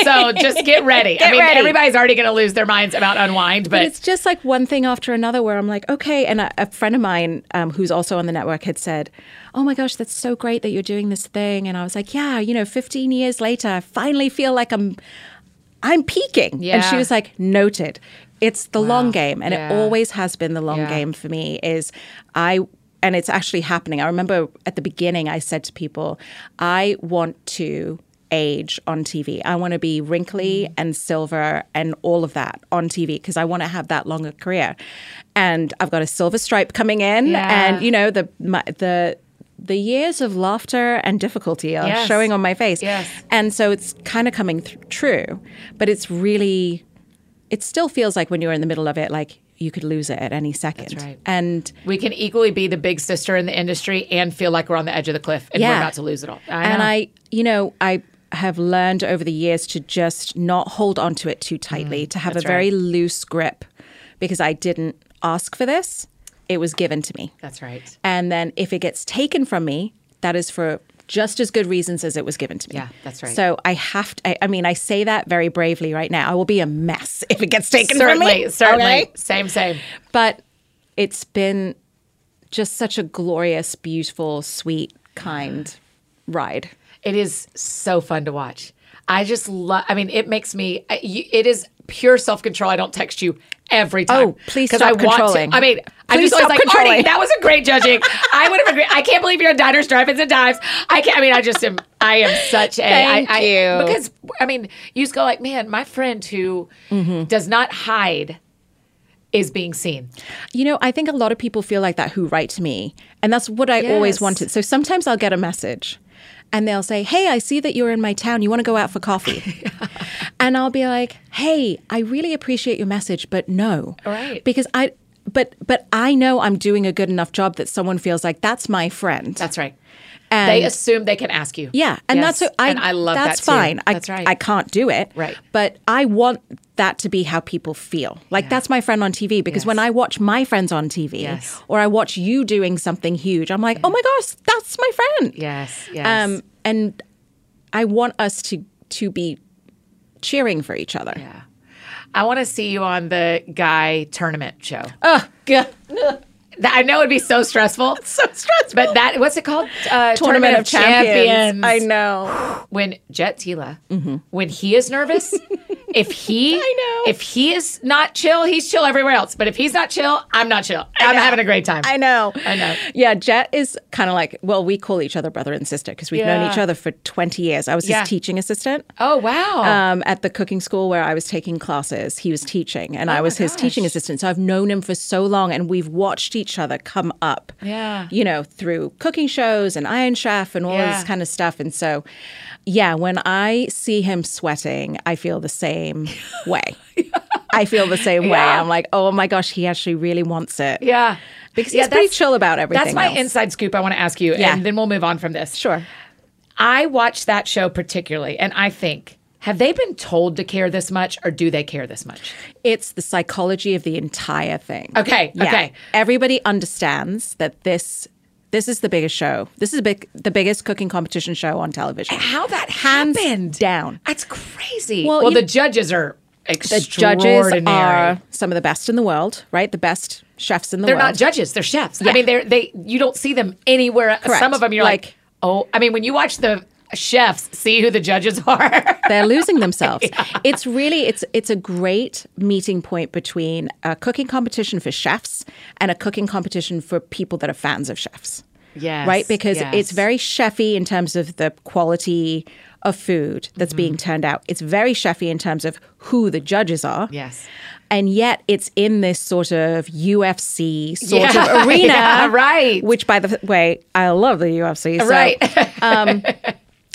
Speaker 1: so just get ready. I mean,
Speaker 2: ready.
Speaker 1: everybody's already going to lose their minds about Unwind,
Speaker 2: But
Speaker 1: but,
Speaker 2: it's just like one thing after another where I'm like, okay. And a, a friend of mine um, who's also on the network had said, oh my gosh, that's so great that you're doing this thing. And I was like, yeah, you know, 15 years later, I finally feel like I'm, I'm peaking. And
Speaker 1: Yeah.
Speaker 2: she was like, noted. It's the long game. And
Speaker 1: Yeah.
Speaker 2: it always has been the long
Speaker 1: Yeah.
Speaker 2: game for me is I, and it's actually happening. I remember at the beginning, I said to people, I want to age on TV. I want to be wrinkly
Speaker 1: Mm.
Speaker 2: and silver and all of that on TV because I want to have that longer career. And I've got a silver stripe coming in,
Speaker 1: Yeah.
Speaker 2: and you know the my, the the years of laughter and difficulty are
Speaker 1: Yes.
Speaker 2: showing on my face.
Speaker 1: Yes.
Speaker 2: And so it's kind of coming th- true, but it's really, it still feels like when you're in the middle of it, like you could lose it at any second.
Speaker 1: right.
Speaker 2: And
Speaker 1: We can equally be the big sister in the industry and feel like we're on the edge of the cliff and we're
Speaker 2: Yeah.
Speaker 1: about to lose it all. I
Speaker 2: and
Speaker 1: know.
Speaker 2: I, you know, I have learned over the years to just not hold on to it too
Speaker 1: Mm,
Speaker 2: tightly, to have a very loose grip because I didn't ask for this. It was given to me.
Speaker 1: That's right.
Speaker 2: And then if it gets taken from me, that is for just as good reasons as it was given to me.
Speaker 1: Yeah, that's right.
Speaker 2: So I have to, I, I mean, I say that very bravely right now. I will be a mess if it gets taken from me.
Speaker 1: Certainly, certainly.
Speaker 2: okay?
Speaker 1: Same, same.
Speaker 2: But it's been just such a glorious, beautiful, sweet, kind ride.
Speaker 1: It is so fun to watch. I just love. I mean, it makes me. I- you- It is pure self control. I don't text you every time.
Speaker 2: Oh, please
Speaker 1: 'Cause
Speaker 2: stop
Speaker 1: I want to-
Speaker 2: controlling.
Speaker 1: I mean, I'm
Speaker 2: Please
Speaker 1: just always
Speaker 2: stop
Speaker 1: like, Artie,
Speaker 2: controlling."
Speaker 1: that was a great judging. I would have agreed. I can't believe you're a diners, drive-ins, and dives. I can't. I mean, I just am. I am such a. I-
Speaker 2: Thank
Speaker 1: I-
Speaker 2: you.
Speaker 1: Because I mean, you just go like, man, my friend who
Speaker 2: Mm-hmm.
Speaker 1: does not hide is being seen.
Speaker 2: You know, I think a lot of people feel like that who write to me. And that's what I always
Speaker 1: Yes.
Speaker 2: wanted. So sometimes I'll get a message and they'll say, Hey, I see that you're in my town. You want to go out for coffee? and I'll be like, Hey, I really appreciate your message, but no.
Speaker 1: Right.
Speaker 2: Because I, but, but I know I'm doing a good enough job that someone feels like that's my friend.
Speaker 1: That's right.
Speaker 2: and
Speaker 1: They assume they can ask you.
Speaker 2: yeah, and
Speaker 1: Yes.
Speaker 2: that's I,
Speaker 1: and I love
Speaker 2: that's
Speaker 1: that too.
Speaker 2: fine. I,
Speaker 1: that's right.
Speaker 2: I can't do it.
Speaker 1: Right.
Speaker 2: But I want that to be how people feel. Like that's my friend on TV because when
Speaker 1: Yes.
Speaker 2: I watch my friends on TV
Speaker 1: Yes.
Speaker 2: or I watch you doing something huge, I'm like, oh my gosh, that's my friend.
Speaker 1: yes. Yes.
Speaker 2: Um, and I want us to to be cheering for each other.
Speaker 1: Yeah. I want to see you on the guy tournament show.
Speaker 2: Oh, God.
Speaker 1: That- I know it'd be so stressful.
Speaker 2: so stressful.
Speaker 1: But that, what's it called? Uh,
Speaker 2: Tournament of champions. I
Speaker 1: I know.
Speaker 2: know. Mm-hmm.
Speaker 1: When Jet Tila, when he is nervous, if he,
Speaker 2: I know.
Speaker 1: if he is not chill, he's chill everywhere else. But if he's not chill, I'm not chill. I'm having a great time.
Speaker 2: I know.
Speaker 1: I know.
Speaker 2: Yeah, Jet is kind of like, well, we call each other brother and sister because we've known
Speaker 1: Yeah.
Speaker 2: each other for 20 years. I was
Speaker 1: Yeah.
Speaker 2: his teaching assistant.
Speaker 1: oh wow.
Speaker 2: um, at the cooking school where I was taking classes. He was teaching, and I was his
Speaker 1: Oh gosh.
Speaker 2: teaching assistant. So I've known him for so long, and we've watched each other come up.
Speaker 1: Yeah.
Speaker 2: you know, through cooking shows and Iron Chef and all
Speaker 1: Yeah.
Speaker 2: this kind of stuff. And so, yeah, when I see him sweating, I feel the same way. I feel the same way.
Speaker 1: Yeah.
Speaker 2: I'm like, oh my gosh, he actually really wants it.
Speaker 1: yeah.
Speaker 2: because
Speaker 1: Yeah,
Speaker 2: he's pretty
Speaker 1: that's-
Speaker 2: chill about everything.
Speaker 1: That's my
Speaker 2: else.
Speaker 1: inside scoop. I want to ask you,
Speaker 2: Yeah.
Speaker 1: and then we'll move on from this.
Speaker 2: sure.
Speaker 1: I watch that show particularly, and I think, have they been told to care this much, or do they care this much?
Speaker 2: It's the psychology of the entire thing.
Speaker 1: Okay, okay.
Speaker 2: Everybody understands that this this is the biggest show. This is big, the biggest cooking competition show on television.
Speaker 1: How that
Speaker 2: Hands
Speaker 1: happened?
Speaker 2: down.
Speaker 1: That's crazy. Well,
Speaker 2: Well, you-
Speaker 1: the judges are
Speaker 2: The
Speaker 1: extraordinary.
Speaker 2: judges are some of the best in the world, right? The best chefs in the
Speaker 1: they're
Speaker 2: world.
Speaker 1: not judges; they're chefs. I
Speaker 2: Yeah.
Speaker 1: mean, they're they. You don't see them anywhere. Some of them, you're like,
Speaker 2: Like-
Speaker 1: oh, I mean, when you watch the chefs, see who the judges are.
Speaker 2: They're losing themselves. It's really it's it's a great meeting point between a cooking competition for chefs and a cooking competition for people that are fans of chefs.
Speaker 1: Yes,
Speaker 2: right? Because
Speaker 1: yes.
Speaker 2: it's very chefy in terms of the quality of food that's being
Speaker 1: Mm-hmm.
Speaker 2: turned out. It's very chefy in terms of who the judges are.
Speaker 1: Yes.
Speaker 2: And yet it's in this sort of UFC sort
Speaker 1: Yeah,
Speaker 2: of arena.
Speaker 1: yeah, right.
Speaker 2: Which by the way, I love the UFC. So
Speaker 1: Right.
Speaker 2: um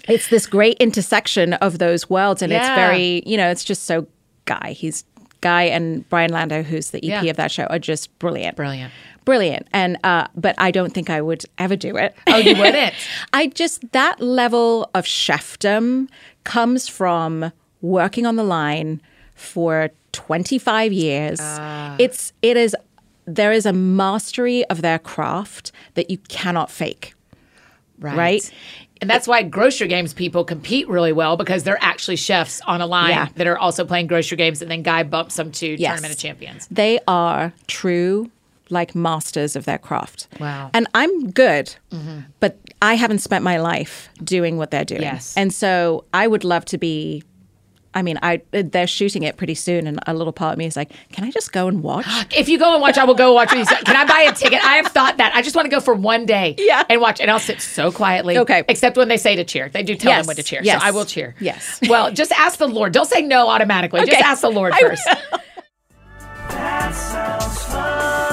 Speaker 2: it's this great intersection of those worlds and it's
Speaker 1: Yeah.
Speaker 2: very, you know, it's just so guy. He's Guy and Brian Lando, who's the EP
Speaker 1: Yeah.
Speaker 2: of that show, are just brilliant.
Speaker 1: Brilliant.
Speaker 2: Brilliant. And uh, but I don't think I would ever do it.
Speaker 1: Oh, you wouldn't.
Speaker 2: I just that level of chefdom comes from working on the line for 25 years. It's it is there is a mastery of their craft that you cannot fake.
Speaker 1: Right.
Speaker 2: Right?
Speaker 1: And that's why grocery games people compete really well because they're actually chefs on a line
Speaker 2: Yeah.
Speaker 1: that are also playing grocery games, and then Guy bumps them to
Speaker 2: Yes.
Speaker 1: Tournament of Champions.
Speaker 2: They are true like masters of their craft.
Speaker 1: Wow. Mm-hmm.
Speaker 2: And I'm good, but I haven't spent my life doing what they're doing.
Speaker 1: Yes.
Speaker 2: And so I would love to be I mean, I they're shooting it pretty soon and a little part of me is like, can I just go and watch?
Speaker 1: If you go and watch, I will go watch. with you. So, Can I buy a ticket? I have thought that. I just want to go for one day
Speaker 2: Yeah.
Speaker 1: and watch, and I'll sit so quietly.
Speaker 2: Okay.
Speaker 1: Except when they say to cheer. They do tell
Speaker 2: Yes.
Speaker 1: them when to cheer.
Speaker 2: Yes.
Speaker 1: So I will cheer.
Speaker 2: Yes.
Speaker 1: Well, just ask the Lord. Don't say no automatically.
Speaker 2: Okay.
Speaker 1: Just ask the Lord
Speaker 2: I
Speaker 1: first.
Speaker 3: That sounds fun.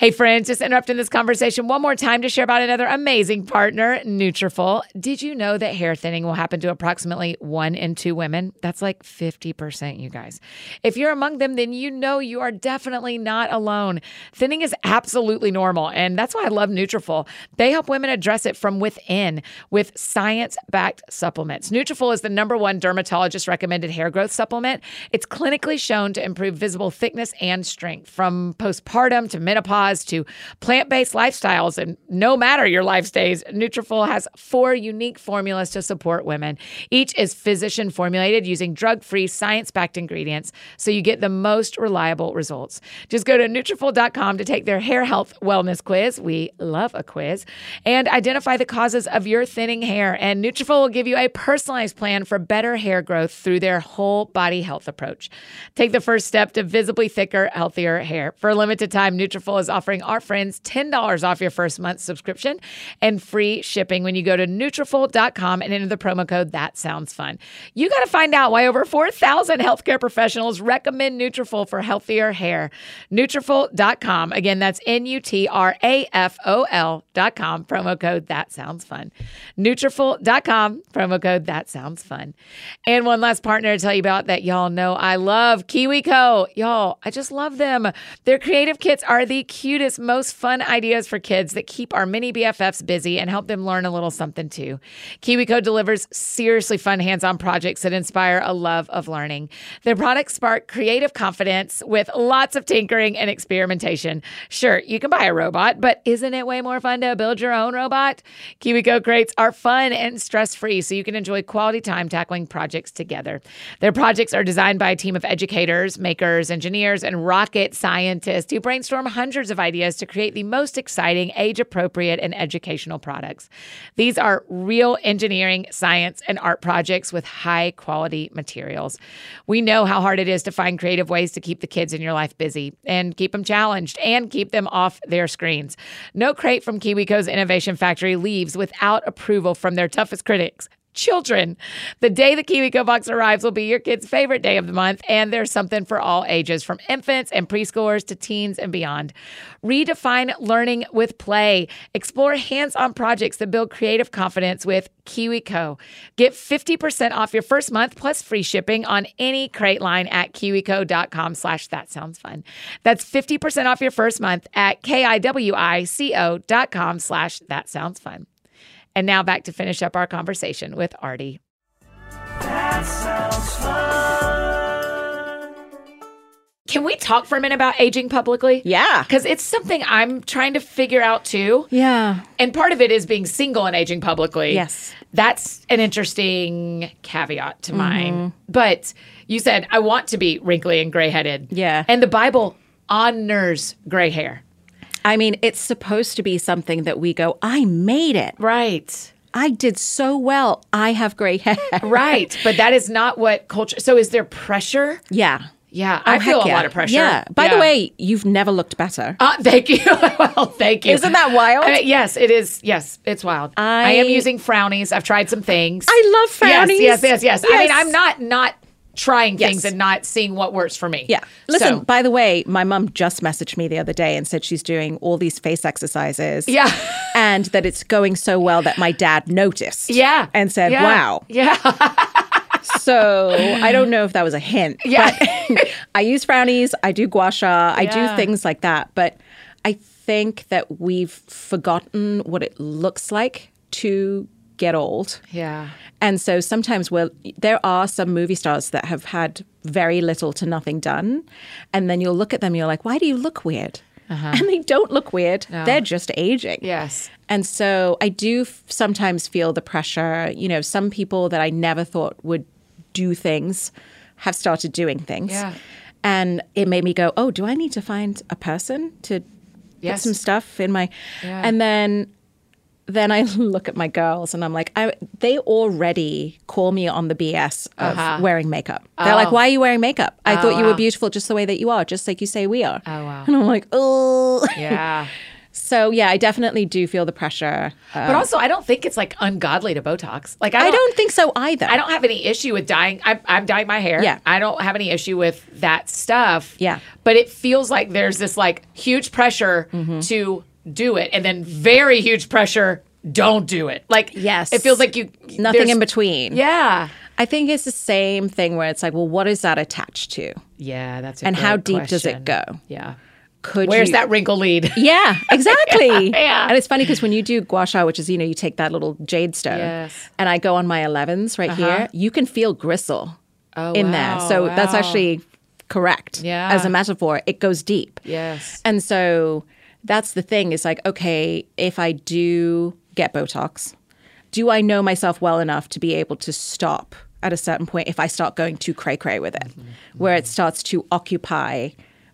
Speaker 1: Hey friends, just interrupting this conversation one more time to share about another amazing partner, Nutrafol. Did you know that hair thinning will happen to approximately one in two women? That's like 50%, you guys. If you're among them, then you know you are definitely not alone. Thinning is absolutely normal, and that's why I love Nutrafol. They help women address it from within with science-backed supplements. Nutrafol is the number one dermatologist recommended hair growth supplement. It's clinically shown to improve visible thickness and strength from postpartum to menopause to plant-based lifestyles and no matter your life stage, Nutrafol has four unique formulas to support women. Each is physician formulated using drug-free science-backed ingredients so you get the most reliable results. Just go to Nutrafol.com to take their hair health wellness quiz. We love a quiz and identify the causes of your thinning hair and Nutrafol will give you a personalized plan for better hair growth through their whole body health approach. Take the first step to visibly thicker, healthier hair. For a limited time, Nutrafol is offering our friends $10 off your first month subscription and free shipping when you go to Nutrafol.com and enter the promo code That Sounds Fun. You got to find out why over 4,000 healthcare professionals recommend Nutrafol for healthier hair. Nutrafol.com. Again, that's N-U-T-R-A-F-O-L.com. Promo code That Sounds Fun. Nutrafol.com. Promo code That Sounds Fun. And one last partner to tell you about that y'all know I love, KiwiCo. Y'all, I just love them. Their creative kits are the cutest, most fun ideas for kids that keep our mini BFFs busy and help them learn a little something too. KiwiCo delivers seriously fun hands-on projects that inspire a love of learning. Their products spark creative confidence with lots of tinkering and experimentation. Sure, you can buy a robot, but isn't it way more fun to build your own robot? KiwiCo crates are fun and stress-free, so you can enjoy quality time tackling projects together. Their projects are designed by a team of educators, makers, engineers, and rocket scientists who brainstorm hundreds of ideas to create the most exciting, age appropriate, and educational products. These are real engineering, science, and art projects with high quality materials. We know how hard it is to find creative ways to keep the kids in your life busy and keep them challenged and keep them off their screens. No crate from KiwiCo's Innovation Factory leaves without approval from their toughest critics children. The day the KiwiCo box arrives will be your kid's favorite day of the month, and there's something for all ages, from infants and preschoolers to teens and beyond. Redefine learning with play. Explore hands-on projects that build creative confidence with KiwiCo. Get 50% off your first month plus free shipping on any crate line at kiwico.com slash that sounds fun. That's 50% off your first month at K-I-W-I-C-O dot com slash that sounds fun. And now back to finish up our conversation with Artie. Can we talk for a minute about aging publicly?
Speaker 2: Yeah.
Speaker 1: Because it's something I'm trying to figure out too.
Speaker 2: Yeah.
Speaker 1: And part of it is being single and aging publicly.
Speaker 2: Yes. Mm-hmm.
Speaker 1: That's an interesting caveat to mine. But you said, I want to be wrinkly and gray headed.
Speaker 2: Yeah.
Speaker 1: And the Bible honors gray hair.
Speaker 2: I mean, it's supposed to be something that we go, I made it.
Speaker 1: Right.
Speaker 2: I did so well. I have gray hair.
Speaker 1: Right. but that is not what culture. So is there pressure?
Speaker 2: Yeah.
Speaker 1: Yeah, I
Speaker 2: Oh,
Speaker 1: feel
Speaker 2: heck
Speaker 1: a
Speaker 2: yeah.
Speaker 1: lot of pressure.
Speaker 2: Yeah. By the
Speaker 1: Yeah.
Speaker 2: way, you've never looked better.
Speaker 1: Uh, thank you. well, thank you.
Speaker 2: Isn't that wild?
Speaker 1: I mean, yes, it is. Yes, it's wild. I, am
Speaker 2: I-
Speaker 1: using frownies. I've tried some things.
Speaker 2: I love frownies.
Speaker 1: Yes, yes, yes. yes. I mean,
Speaker 2: Yes.
Speaker 1: I'm not not trying
Speaker 2: Yes.
Speaker 1: things and not seeing what works for me.
Speaker 2: Yeah. Listen,
Speaker 1: So,
Speaker 2: by the way, my mum just messaged me the other day and said she's doing all these face exercises.
Speaker 1: Yeah.
Speaker 2: And that it's going so well that my dad noticed.
Speaker 1: yeah.
Speaker 2: And said,
Speaker 1: Yeah.
Speaker 2: wow.
Speaker 1: Yeah.
Speaker 2: So I don't know if that was a hint.
Speaker 1: Yeah.
Speaker 2: But I use frownies, I do gua sha, I
Speaker 1: Yeah.
Speaker 2: do things like that. But I think that we've forgotten what it looks like to get old.
Speaker 1: Yeah.
Speaker 2: And so sometimes we'll, there are some movie stars that have had very little to nothing done. And then you'll look at them, you're like, why do you look weird? And they don't look weird. They're just aging.
Speaker 1: Yes.
Speaker 2: And so I do f- sometimes feel the pressure. You know, some people that I never thought would do things have started doing things.
Speaker 1: Yeah.
Speaker 2: And it made me go, oh, do I need to find a person to
Speaker 1: Yes.
Speaker 2: put some stuff in my.
Speaker 1: Yeah.
Speaker 2: And then. Then I look at my girls and I'm like, I, they already call me on the BS of
Speaker 1: Uh-huh.
Speaker 2: wearing makeup. They're
Speaker 1: Oh.
Speaker 2: like, why are you wearing makeup? I thought you were beautiful just the way that you are, just like you say we are.
Speaker 1: Oh, wow.
Speaker 2: And I'm like, oh.
Speaker 1: Yeah.
Speaker 2: So yeah, I definitely do feel the pressure. Uh,
Speaker 1: but also, I don't think it's like ungodly to Botox. Like I
Speaker 2: I
Speaker 1: don't,
Speaker 2: don't think so either.
Speaker 1: I don't have any issue with dyeing. I, I'm dyeing my hair.
Speaker 2: Yeah.
Speaker 1: I don't have any issue with that stuff.
Speaker 2: Yeah.
Speaker 1: But it feels like there's this like huge pressure
Speaker 2: Mm-hmm.
Speaker 1: to do it, and then very huge pressure don't do it. Like
Speaker 2: Yes.
Speaker 1: it feels like you
Speaker 2: Nothing
Speaker 1: there's-
Speaker 2: in between.
Speaker 1: Yeah.
Speaker 2: I think it's the same thing where it's like, well, what is that attached to?
Speaker 1: Yeah, that's
Speaker 2: And how deep does it go?
Speaker 1: Yeah.
Speaker 2: Could
Speaker 1: Where's
Speaker 2: you-
Speaker 1: that wrinkle lead?
Speaker 2: Yeah, exactly.
Speaker 1: Yeah.
Speaker 2: And it's funny because when you do gua sha, which is, you know, you take that little jade stone
Speaker 1: Yes. Uh-huh.
Speaker 2: and I go on my 11s right here, you can feel gristle in
Speaker 1: wow,
Speaker 2: there. So that's
Speaker 1: Oh, wow.
Speaker 2: actually correct
Speaker 1: Yeah.
Speaker 2: as a metaphor. It goes deep.
Speaker 1: Yes.
Speaker 2: And so that's the thing is like, okay, if I do get Botox, do I know myself well enough to be able to stop at a certain point if I start going too cray cray with it,
Speaker 1: Mm-hmm.
Speaker 2: where it starts to occupy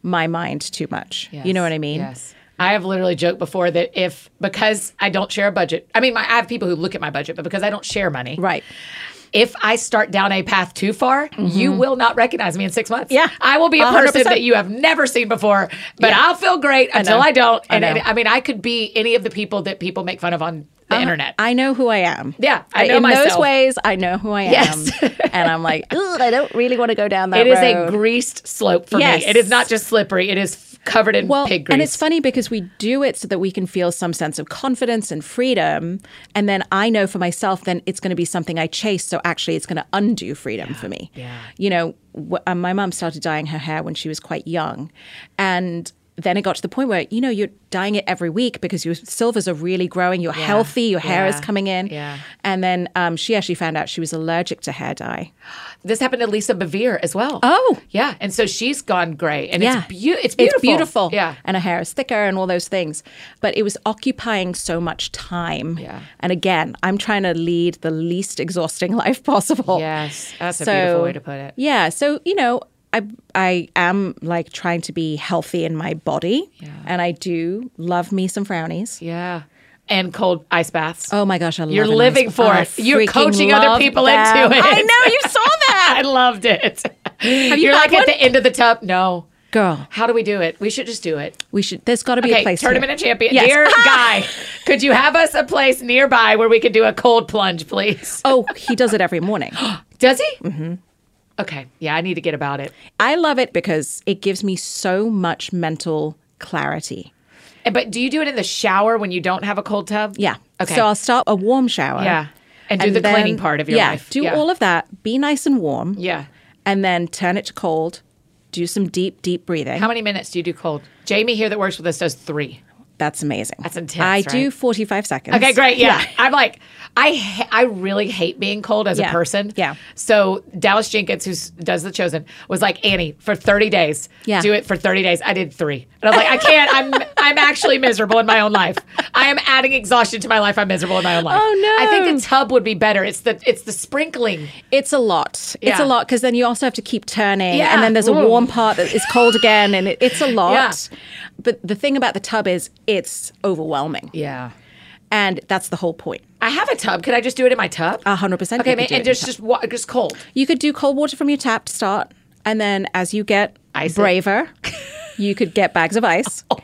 Speaker 2: my mind too much? You know
Speaker 1: Yes,
Speaker 2: what I mean?
Speaker 1: Yes. I have literally joked before that if because I don't share a budget, I mean, my, I have people who look at my budget, but because I don't share money,
Speaker 2: Right.
Speaker 1: If I start down a path too far, you will not recognize me in six months.
Speaker 2: Mm-hmm. Yeah.
Speaker 1: I will be a person
Speaker 2: 100%.
Speaker 1: that you have never seen before, but I'll feel great until I, don't. And
Speaker 2: know. Uh-huh.
Speaker 1: and- I, mean, I could be any of the people that people make fun of on the internet.
Speaker 2: I know who I am.
Speaker 1: Yeah, I know
Speaker 2: in
Speaker 1: myself.
Speaker 2: those ways, I know who I am.
Speaker 1: Yes.
Speaker 2: and I'm like, "Ugh, I don't really want to go down that
Speaker 1: it is
Speaker 2: road."
Speaker 1: a greased slope for
Speaker 2: Yes.
Speaker 1: me. It is not just slippery. It is f- covered in
Speaker 2: well,
Speaker 1: pig grease.
Speaker 2: and it's funny because we do it so that we can feel some sense of confidence and freedom, and then I know for myself, then it's going to be something I chase. So actually, it's going to undo freedom for me.
Speaker 1: yeah.
Speaker 2: You know, wh- uh, my mum started dyeing her hair when she was quite young, and then it got to the point where you know you're dyeing it every week because your silvers are really growing, you're healthy, your hair is
Speaker 1: Yeah.
Speaker 2: coming in,
Speaker 1: Yeah.
Speaker 2: and then um, she actually found out she was allergic to hair dye.
Speaker 1: This happened to Lisa Bevere as well.
Speaker 2: Oh.
Speaker 1: yeah, and so she's gone gray, and
Speaker 2: Yeah.
Speaker 1: it's, beau- it's beautiful.
Speaker 2: It's beautiful.
Speaker 1: Yeah,
Speaker 2: And her hair is thicker and all those things. But it was occupying so much time.
Speaker 1: Yeah.
Speaker 2: And again, I'm trying to lead the least exhausting life possible.
Speaker 1: yes, that's a
Speaker 2: So-
Speaker 1: beautiful way to put it.
Speaker 2: Yeah. So, you know, I I am like trying to be healthy in my body. Yeah. And I do love me some frownies.
Speaker 1: Yeah, and cold ice baths.
Speaker 2: Oh my gosh, I love
Speaker 1: You're
Speaker 2: a nice-
Speaker 1: living for
Speaker 2: I
Speaker 1: it. You're
Speaker 2: freaking
Speaker 1: coaching other
Speaker 2: love
Speaker 1: people
Speaker 2: them.
Speaker 1: into it.
Speaker 2: I know, you saw that.
Speaker 1: I loved it. Have
Speaker 2: you
Speaker 1: are
Speaker 2: had
Speaker 1: like at
Speaker 2: one?
Speaker 1: the end of the tub. No,
Speaker 2: Girl,
Speaker 1: how do we do it? We should just do it.
Speaker 2: we should there's gotta be a
Speaker 1: Okay,
Speaker 2: place.
Speaker 1: tournament
Speaker 2: here.
Speaker 1: of champion,
Speaker 2: Yes.
Speaker 1: dear guy. Could you have us a place nearby where we could do a cold plunge, please?
Speaker 2: Oh, he does it every morning.
Speaker 1: Does he? Mm-hmm. Okay. Yeah, I need to get about it.
Speaker 2: I love it because it gives me so much mental clarity.
Speaker 1: And- Eh, But do you do it in the shower when you don't have a cold tub?
Speaker 2: Yeah.
Speaker 1: Okay.
Speaker 2: So I'll start a warm shower.
Speaker 1: yeah. And do the
Speaker 2: then-
Speaker 1: cleaning part of your
Speaker 2: yeah,
Speaker 1: life.
Speaker 2: Do
Speaker 1: yeah.
Speaker 2: all of that. Be nice and warm.
Speaker 1: Yeah.
Speaker 2: And then turn it to cold. Do some deep, deep breathing.
Speaker 1: How many minutes do you do cold? Jamie here that works with us does three.
Speaker 2: That's amazing. That's
Speaker 1: intense,
Speaker 2: I do
Speaker 1: right?
Speaker 2: 45 seconds.
Speaker 1: Okay, great. Yeah. I'm like, I ha- I really hate being cold as
Speaker 2: Yeah.
Speaker 1: a person.
Speaker 2: Yeah.
Speaker 1: So Dallas Jenkins, who does The Chosen, was like, Annie, for 30 days,
Speaker 2: Yeah.
Speaker 1: do it for 30 days. I did three. And I was like, I can't. I'm I'm actually miserable in my own life. I am adding exhaustion to my life. I'm miserable in my own life.
Speaker 2: Oh, no.
Speaker 1: I think the tub would be better. It's the it's the sprinkling.
Speaker 2: It's a lot. It's
Speaker 1: Yeah.
Speaker 2: a lot because then you also have to keep turning,
Speaker 1: Yeah.
Speaker 2: and then there's a
Speaker 1: Ooh.
Speaker 2: warm part that is cold again, and it, it's a lot.
Speaker 1: Yeah.
Speaker 2: But the thing about the tub is it's overwhelming,
Speaker 1: Yeah.
Speaker 2: and that's the whole point.
Speaker 1: I have a tub. Could I just do it in my tub?
Speaker 2: A hundred percent.
Speaker 1: Okay,
Speaker 2: Uh, you could
Speaker 1: man,
Speaker 2: do
Speaker 1: and
Speaker 2: it in
Speaker 1: just just wa- just cold.
Speaker 2: You could do cold water from your tap to start, and then as you get
Speaker 1: Ice it.
Speaker 2: braver, you could get bags of ice.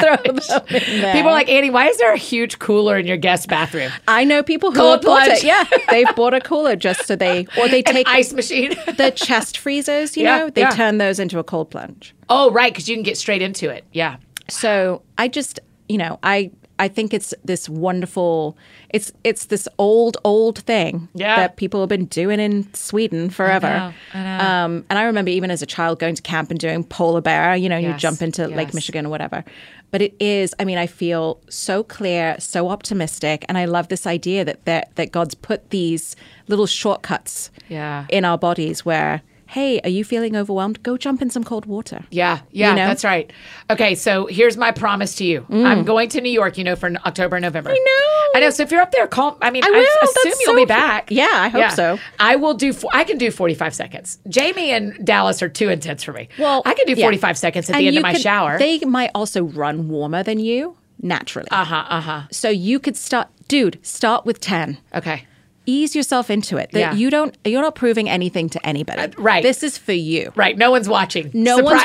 Speaker 2: Throw them in there.
Speaker 1: People are like, Annie, why is there a huge cooler in your guest bathroom?
Speaker 2: I know people who
Speaker 1: Cold
Speaker 2: have bought
Speaker 1: plunge.
Speaker 2: it. Yeah, they've bought a cooler just so they or they
Speaker 1: An
Speaker 2: take
Speaker 1: ice machine.
Speaker 2: the chest freezers. You
Speaker 1: Yeah,
Speaker 2: know, they
Speaker 1: yeah.
Speaker 2: turn those into a cold plunge.
Speaker 1: oh, right, because you can get straight into it. Yeah.
Speaker 2: So I just, you know, I I think it's this wonderful. It's it's this old old thing
Speaker 1: Yeah.
Speaker 2: that people have been doing in Sweden forever.
Speaker 1: know, I know.
Speaker 2: Um, and I remember even as a child going to camp and doing polar bear. You know, you
Speaker 1: Yes,
Speaker 2: jump into Lake
Speaker 1: yes.
Speaker 2: Michigan or whatever. But it is. I mean, I feel so clear, so optimistic, and I love this idea that that that God's put these little shortcuts
Speaker 1: Yeah.
Speaker 2: in our bodies where. Hey, are you feeling overwhelmed? Go jump in some cold water.
Speaker 1: Yeah, yeah,
Speaker 2: You know? Mm.
Speaker 1: that's right. Okay, so here's my promise to you. I'm going to New York, you know, for n- October and November. I
Speaker 2: know.
Speaker 1: I know. So if you're up there, call. I mean, I,
Speaker 2: will.
Speaker 1: assume
Speaker 2: That's
Speaker 1: you'll
Speaker 2: so
Speaker 1: be
Speaker 2: cute.
Speaker 1: back.
Speaker 2: Yeah, I hope so.
Speaker 1: I will do. fo- I can do 45 seconds. Jamie and Dallas are too intense for me.
Speaker 2: Well,
Speaker 1: I can do
Speaker 2: yeah.
Speaker 1: 45 seconds at the
Speaker 2: And
Speaker 1: end
Speaker 2: you
Speaker 1: of my
Speaker 2: could-
Speaker 1: shower.
Speaker 2: They might also run warmer than you naturally.
Speaker 1: Ah.
Speaker 2: Uh
Speaker 1: Uh-huh,
Speaker 2: huh. Uh huh. So you could start, dude. Start with ten.
Speaker 1: okay.
Speaker 2: Ease yourself into it. That
Speaker 1: Yeah. Uh,
Speaker 2: you don't. You're not proving anything to anybody.
Speaker 1: right.
Speaker 2: This is for you.
Speaker 1: Right. No one's watching.
Speaker 2: No
Speaker 1: dear-
Speaker 2: one's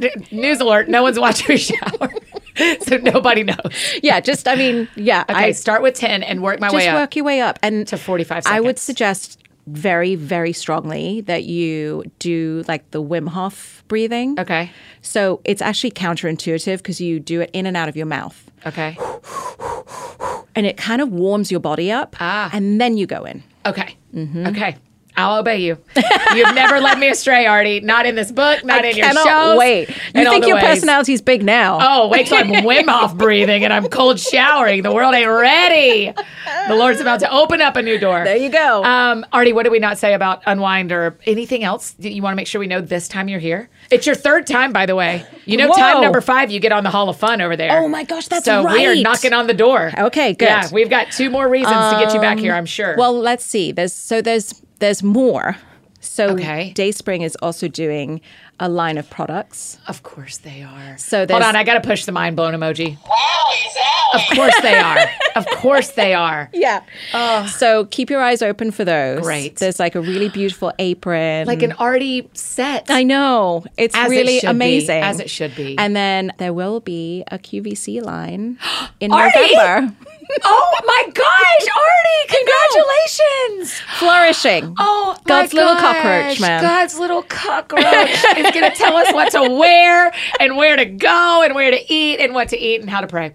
Speaker 1: d- news alert. No one's watching your shower. so nobody knows.
Speaker 2: Yeah, just I mean, yeah.
Speaker 1: Okay,
Speaker 2: I
Speaker 1: start with 10 and work my way
Speaker 2: just
Speaker 1: up.
Speaker 2: work your way up and
Speaker 1: to 45
Speaker 2: I would
Speaker 1: seconds.
Speaker 2: suggest very, very strongly that you do like the Wim Hof breathing.
Speaker 1: Okay.
Speaker 2: So it's actually counterintuitive because you do it in and out of your mouth.
Speaker 1: Okay.
Speaker 2: And it kind of warms your body up.
Speaker 1: Ah.
Speaker 2: And then you go in.
Speaker 1: Okay.
Speaker 2: Mm-hmm.
Speaker 1: Okay. I'll obey you. You've never led me astray, Artie. Not in this book, not
Speaker 2: I
Speaker 1: in your
Speaker 2: cannot
Speaker 1: shows.
Speaker 2: wait.
Speaker 1: and
Speaker 2: You
Speaker 1: all
Speaker 2: think
Speaker 1: the
Speaker 2: your
Speaker 1: ways.
Speaker 2: personality's big now.
Speaker 1: Oh, wait till I'm Wim Hof breathing and I'm cold showering. The world ain't ready. The Lord's about to open up a new door.
Speaker 2: There you go.
Speaker 1: Um, Artie, what did we not say about unwind or anything else that you want to make sure we know this time you're here? It's your third time, by the way. You know, time
Speaker 2: Whoa.
Speaker 1: number five, you get on the Hall of Fun over there.
Speaker 2: Oh my gosh, that's
Speaker 1: so we are
Speaker 2: right.
Speaker 1: knocking on the door.
Speaker 2: Okay, good.
Speaker 1: Yeah, we've got two more reasons to get you back here, I'm sure.
Speaker 2: Well, let's see. There's so there's there's more. So
Speaker 1: Okay.
Speaker 2: Dayspring is also doing a line of products.
Speaker 1: of course they are.
Speaker 2: So
Speaker 1: hold
Speaker 2: there's-
Speaker 1: on, I got to push the mind blown emoji.
Speaker 3: Wow, he's out.
Speaker 1: Of course they are. of course they are.
Speaker 2: Yeah. Oh. So keep your eyes open for those.
Speaker 1: Great.
Speaker 2: There's like a really beautiful apron.
Speaker 1: Like an Artie set.
Speaker 2: I know. It's
Speaker 1: As it
Speaker 2: really
Speaker 1: should be,
Speaker 2: amazing.
Speaker 1: as it should be.
Speaker 2: And then there will be a QVC line in
Speaker 1: Artie!
Speaker 2: November.
Speaker 1: oh my gosh, Artie, congratulations.
Speaker 2: Flourishing.
Speaker 1: Oh, my
Speaker 2: God's little
Speaker 1: gosh.
Speaker 2: cockroach, man.
Speaker 1: God's little cockroach is going to tell us what to wear and where to go and where to eat and what to eat and how to pray.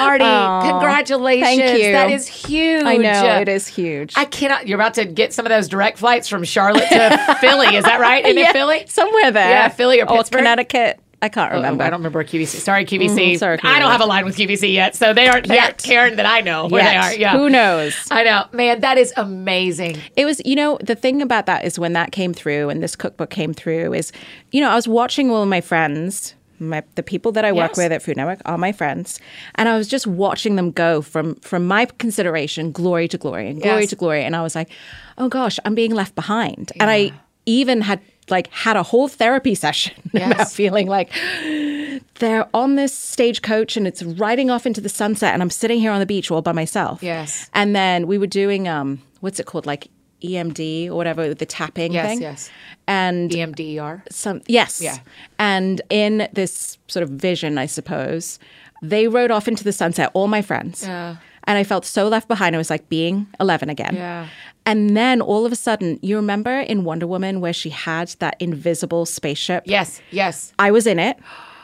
Speaker 1: Artie,
Speaker 2: Aw,
Speaker 1: congratulations.
Speaker 2: thank you.
Speaker 1: That is huge.
Speaker 2: I know. It is huge.
Speaker 1: I cannot. You're about to get some of those direct flights from Charlotte to Philly. Is that right? Isn't
Speaker 2: Yeah,
Speaker 1: it Philly?
Speaker 2: Somewhere there.
Speaker 1: Yeah, Philly or Pittsburgh?
Speaker 2: Connecticut. I can't
Speaker 1: Oh, I
Speaker 2: remember.
Speaker 1: don't remember QVC. Sorry, QVC.
Speaker 2: Mm-hmm, sorry,
Speaker 1: I don't
Speaker 2: QVC.
Speaker 1: have a line with QVC yet, so they aren't, they
Speaker 2: Yet.
Speaker 1: aren't Karen that I know where
Speaker 2: Yet.
Speaker 1: they are. Yeah.
Speaker 2: Who knows?
Speaker 1: I know. Man, that is amazing.
Speaker 2: It was, you know, the thing about that is when that came through and this cookbook came through is, you know, I was watching all of my friends, my the people that I work
Speaker 1: Yes.
Speaker 2: with at Food Network are my friends, and I was just watching them go from from my consideration glory to glory and glory
Speaker 1: Yes.
Speaker 2: to glory, and I was like, oh gosh, I'm being left behind, and I even had like had a whole therapy session about
Speaker 1: Yes.
Speaker 2: feeling like they're on this stagecoach and it's riding off into the sunset and I'm sitting here on the beach all by myself.
Speaker 1: Yes.
Speaker 2: And then we were doing um what's it called like EMD or whatever the tapping
Speaker 1: Yes,
Speaker 2: thing.
Speaker 1: yes.
Speaker 2: And
Speaker 1: EMDR.
Speaker 2: some yes.
Speaker 1: Yeah.
Speaker 2: And in this sort of vision I suppose, they rode off into the sunset all my friends.
Speaker 1: Yeah.
Speaker 2: And I felt so left behind. I was like being 11 again.
Speaker 1: Yeah.
Speaker 2: And then all of a sudden, you remember in Wonder Woman where she had that invisible spaceship?
Speaker 1: Yes, yes.
Speaker 2: I was in it.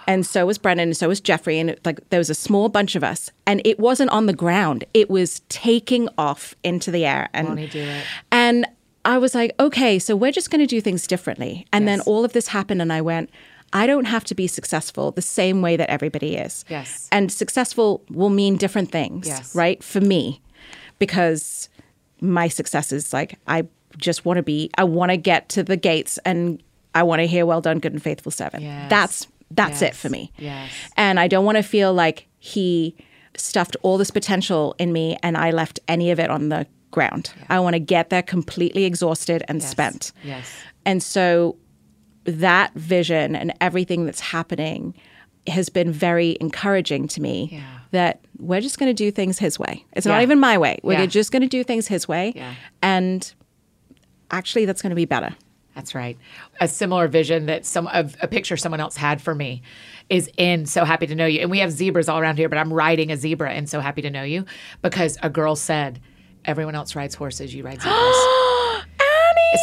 Speaker 2: And so was Brennan, and so was Jeffrey, and like there was a small bunch of us, and it wasn't on the ground; it was taking off into the air. And
Speaker 1: he do it?
Speaker 2: And I was like, okay, so we're just going to do things differently. And then all of this happened, and I went, I don't have to be successful the same way that everybody is.
Speaker 1: Yes.
Speaker 2: And successful will mean different things,
Speaker 1: Yes.
Speaker 2: right? For me, because my success is like I just want to be, I want to get to the gates, and I want to hear, well done, good and faithful servant.
Speaker 1: Yes.
Speaker 2: That's that's it
Speaker 1: Yes.
Speaker 2: for me.
Speaker 1: Yes.
Speaker 2: And I don't want to feel like he stuffed all this potential in me and I left any of it on the ground. I want to get there completely exhausted and spent.
Speaker 1: Yes.
Speaker 2: And so that vision and everything that's happening has been very encouraging to me
Speaker 1: Yeah.
Speaker 2: that we're just going to do things his way. It's
Speaker 1: Yeah.
Speaker 2: not even my way. We're
Speaker 1: Yeah.
Speaker 2: just going to do things his way.
Speaker 1: Yeah.
Speaker 2: And actually, that's going to be better.
Speaker 1: That's right. A similar vision that some of a picture someone else had for me is in So Happy to Know You. And we have zebras all around here, but I'm riding a zebra and So Happy to Know You because a girl said, Everyone else rides horses, you ride zebras.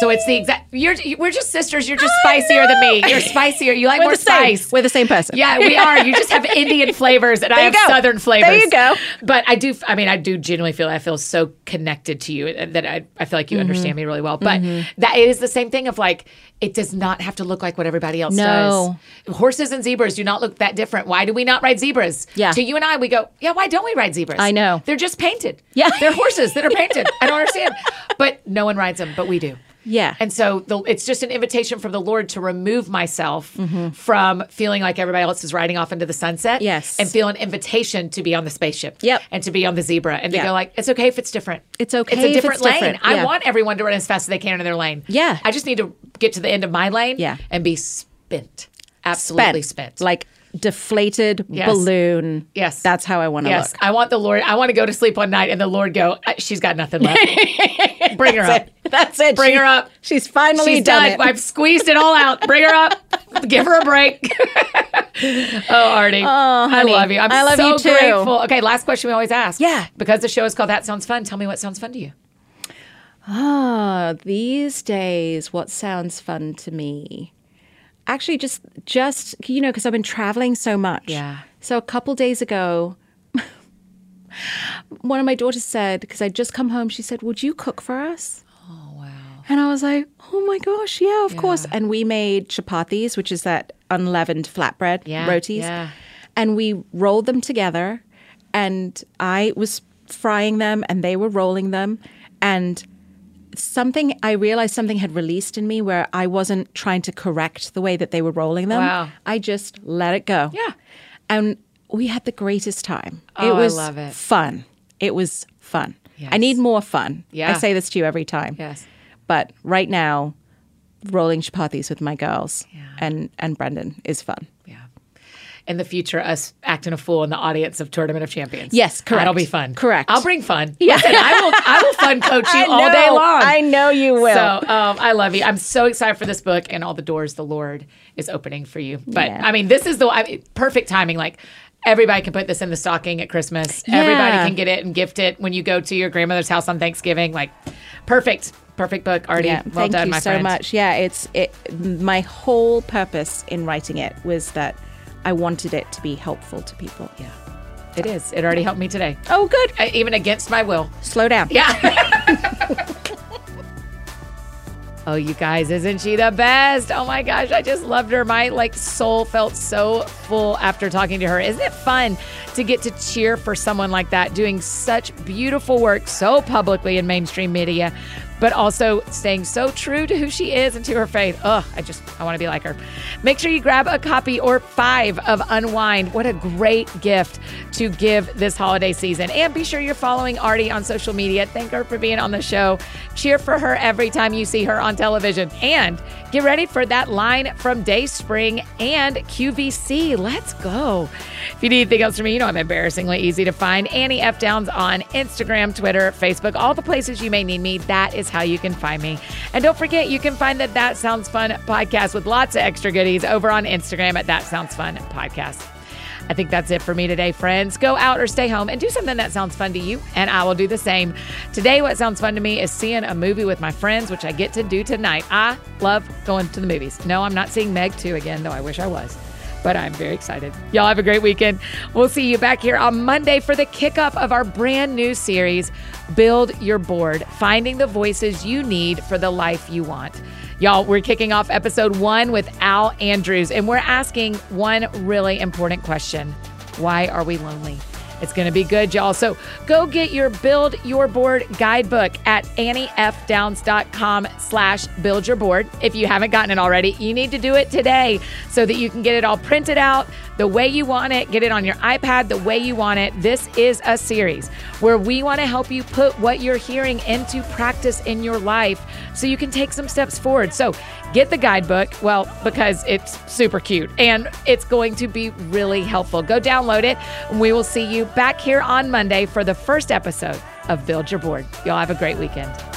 Speaker 1: So it's the exact. You're we're just sisters. You're just spicier than me. You're spicier. You like
Speaker 2: We're
Speaker 1: more
Speaker 2: the same.
Speaker 1: spice.
Speaker 2: We're the same person.
Speaker 1: Yeah, we are. You just have Indian flavors, and I
Speaker 2: you
Speaker 1: have
Speaker 2: go.
Speaker 1: Southern
Speaker 2: There
Speaker 1: flavors.
Speaker 2: you go.
Speaker 1: But I do. I mean, I do genuinely feel. I feel so connected to you and that I, I feel like you
Speaker 2: Mm-hmm.
Speaker 1: understand me really well. But that it is the same thing of like it does not have to look like what everybody else
Speaker 2: No.
Speaker 1: does. Horses and zebras do not look that different. Why do we not ride zebras?
Speaker 2: Yeah.
Speaker 1: To you and I, we go. Yeah. Why don't we ride zebras?
Speaker 2: I know.
Speaker 1: They're just painted.
Speaker 2: Yeah.
Speaker 1: They're horses that are painted. I don't understand. But no one rides them, but we do.
Speaker 2: Yeah.
Speaker 1: And so the, it's just an invitation from the Lord to remove myself
Speaker 2: Mm-hmm.
Speaker 1: from feeling like everybody else is riding off into the sunset.
Speaker 2: Yes.
Speaker 1: And feel an invitation to be on the spaceship.
Speaker 2: Yep.
Speaker 1: And to be on the zebra and to
Speaker 2: Yeah.
Speaker 1: go like, it's okay if it's different.
Speaker 2: It's okay
Speaker 1: It's a
Speaker 2: if
Speaker 1: different
Speaker 2: it's
Speaker 1: lane.
Speaker 2: different.
Speaker 1: I
Speaker 2: Yeah.
Speaker 1: want everyone to run as fast as they can in their lane.
Speaker 2: Yeah.
Speaker 1: I just need to get to the end of my lane
Speaker 2: Yeah.
Speaker 1: and be spent. Absolutely spent.
Speaker 2: Like deflated
Speaker 1: Yes.
Speaker 2: balloon.
Speaker 1: Yes.
Speaker 2: That's how I want to
Speaker 1: Yes,
Speaker 2: look.
Speaker 1: I want the Lord. I want to go to sleep one night and the Lord go, "Uh, she's got nothing left. Bring her up.
Speaker 2: That's it.
Speaker 1: Bring her up.
Speaker 2: She's finally
Speaker 1: She's
Speaker 2: done,
Speaker 1: done.
Speaker 2: it.
Speaker 1: I've squeezed it all out. Bring her up. Give her a break. Oh, Artie. I
Speaker 2: honey.
Speaker 1: love you. I'm
Speaker 2: I love
Speaker 1: so
Speaker 2: you, too.
Speaker 1: grateful. Okay, last question we always ask.
Speaker 2: Yeah.
Speaker 1: Because the show is called That Sounds Fun. Tell me what sounds fun to you.
Speaker 2: Ah, these days, what sounds fun to me? Actually, just just you know, because I've been traveling so much.
Speaker 1: Yeah.
Speaker 2: So a couple days ago, one of my daughters said, because I'd just come home, she said, "Would you cook for us?"
Speaker 1: Oh, wow.
Speaker 2: And I was like, "Oh my gosh, yeah, of course." And we made chapatis, which is that unleavened flatbread
Speaker 1: Yeah,
Speaker 2: rotis,
Speaker 1: yeah.
Speaker 2: and we rolled them together. And I was frying them, and they were rolling them, and something I realized something had released in me where I wasn't trying to correct the way that they were rolling them.
Speaker 1: Wow.
Speaker 2: I just let it go.
Speaker 1: Yeah.
Speaker 2: And we had the greatest time.
Speaker 1: Oh,
Speaker 2: it
Speaker 1: I
Speaker 2: was
Speaker 1: love it.
Speaker 2: fun. It was fun.
Speaker 1: Yes.
Speaker 2: I need more fun.
Speaker 1: Yeah.
Speaker 2: I say this to you every time.
Speaker 1: Yes.
Speaker 2: But right now, rolling chapatis with my girls
Speaker 1: Yeah.
Speaker 2: and, and Brendan is fun.
Speaker 1: Yeah. In the future, us acting a fool in the audience of Tournament of Champions.
Speaker 2: Yes, correct.
Speaker 1: That'll be fun.
Speaker 2: Correct.
Speaker 1: I'll bring fun. Yeah. I will. I will fun coach you all day long.
Speaker 2: I know you will.
Speaker 1: So um, I love you. I'm so excited for this book and all the doors the Lord is opening for you. But
Speaker 2: Yeah.
Speaker 1: I mean, this is the I mean, perfect timing. Like everybody can put this in the stocking at Christmas. Everybody
Speaker 2: Yeah.
Speaker 1: can get it and gift it when you go to your grandmother's house on Thanksgiving. Like perfect, perfect book, Artie.
Speaker 2: Yeah,
Speaker 1: well
Speaker 2: thank
Speaker 1: done,
Speaker 2: you
Speaker 1: my
Speaker 2: so
Speaker 1: friend.
Speaker 2: much. Yeah, it's it. My whole purpose in writing it was that I wanted it to be helpful to people.
Speaker 1: Yeah, it is. It already helped me today,
Speaker 2: Oh, good.
Speaker 1: I, even against my will.
Speaker 2: Slow down.
Speaker 1: Yeah. oh, you guys, isn't she the best? Oh my gosh, I just loved her. My like soul felt so full after talking to her. Isn't it fun to get to cheer for someone like that doing such beautiful work so publicly in mainstream media, but also staying so true to who she is and to her faith. Ugh, I just I want to be like her. Make sure you grab a copy or five of Unwind. What a great gift to give this holiday season. And be sure you're following Artie on social media. Thank her for being on the show. Cheer for her every time you see her on television. And get ready for that line from Dayspring and QVC. Let's go. If you need anything else from me, you know I'm embarrassingly easy to find. Annie F. Downs on Instagram, Twitter, Facebook, all the places you may need me. That is how you can find me. And don't forget, you can find the That Sounds Fun podcast with lots of extra goodies over on Instagram at That Sounds Fun Podcast. I think that's it for me today, friends. Go out or stay home and do something that sounds fun to you, and I will do the same. Today, what sounds fun to me is seeing a movie with my friends, which I get to do tonight. I love going to the movies. No, I'm not seeing Meg 2 again, though I wish I was, but I'm very excited. Y'all have a great weekend. We'll see you back here on Monday for the kickoff of our brand new series, Build Your Board Finding the Voices You Need for the Life You Want. Y'all, we're kicking off episode one with Al Andrews, and we're asking one really important question Why are we lonely? It's going to be good, y'all. So go get your Build Your Board guidebook at anniefdowns.com slash build your board. If you haven't gotten it already, you need to do it today so that you can get it all printed out the way you want it, get it on your iPad the way you want it. This is a series where we want to help you put what you're hearing into practice in your life so you can take some steps forward. So get the guidebook, well, because it's super cute and it's going to be really helpful. Go download it, and we will see you back here on Monday for the first episode of Build Your Board. Y'all have a great weekend.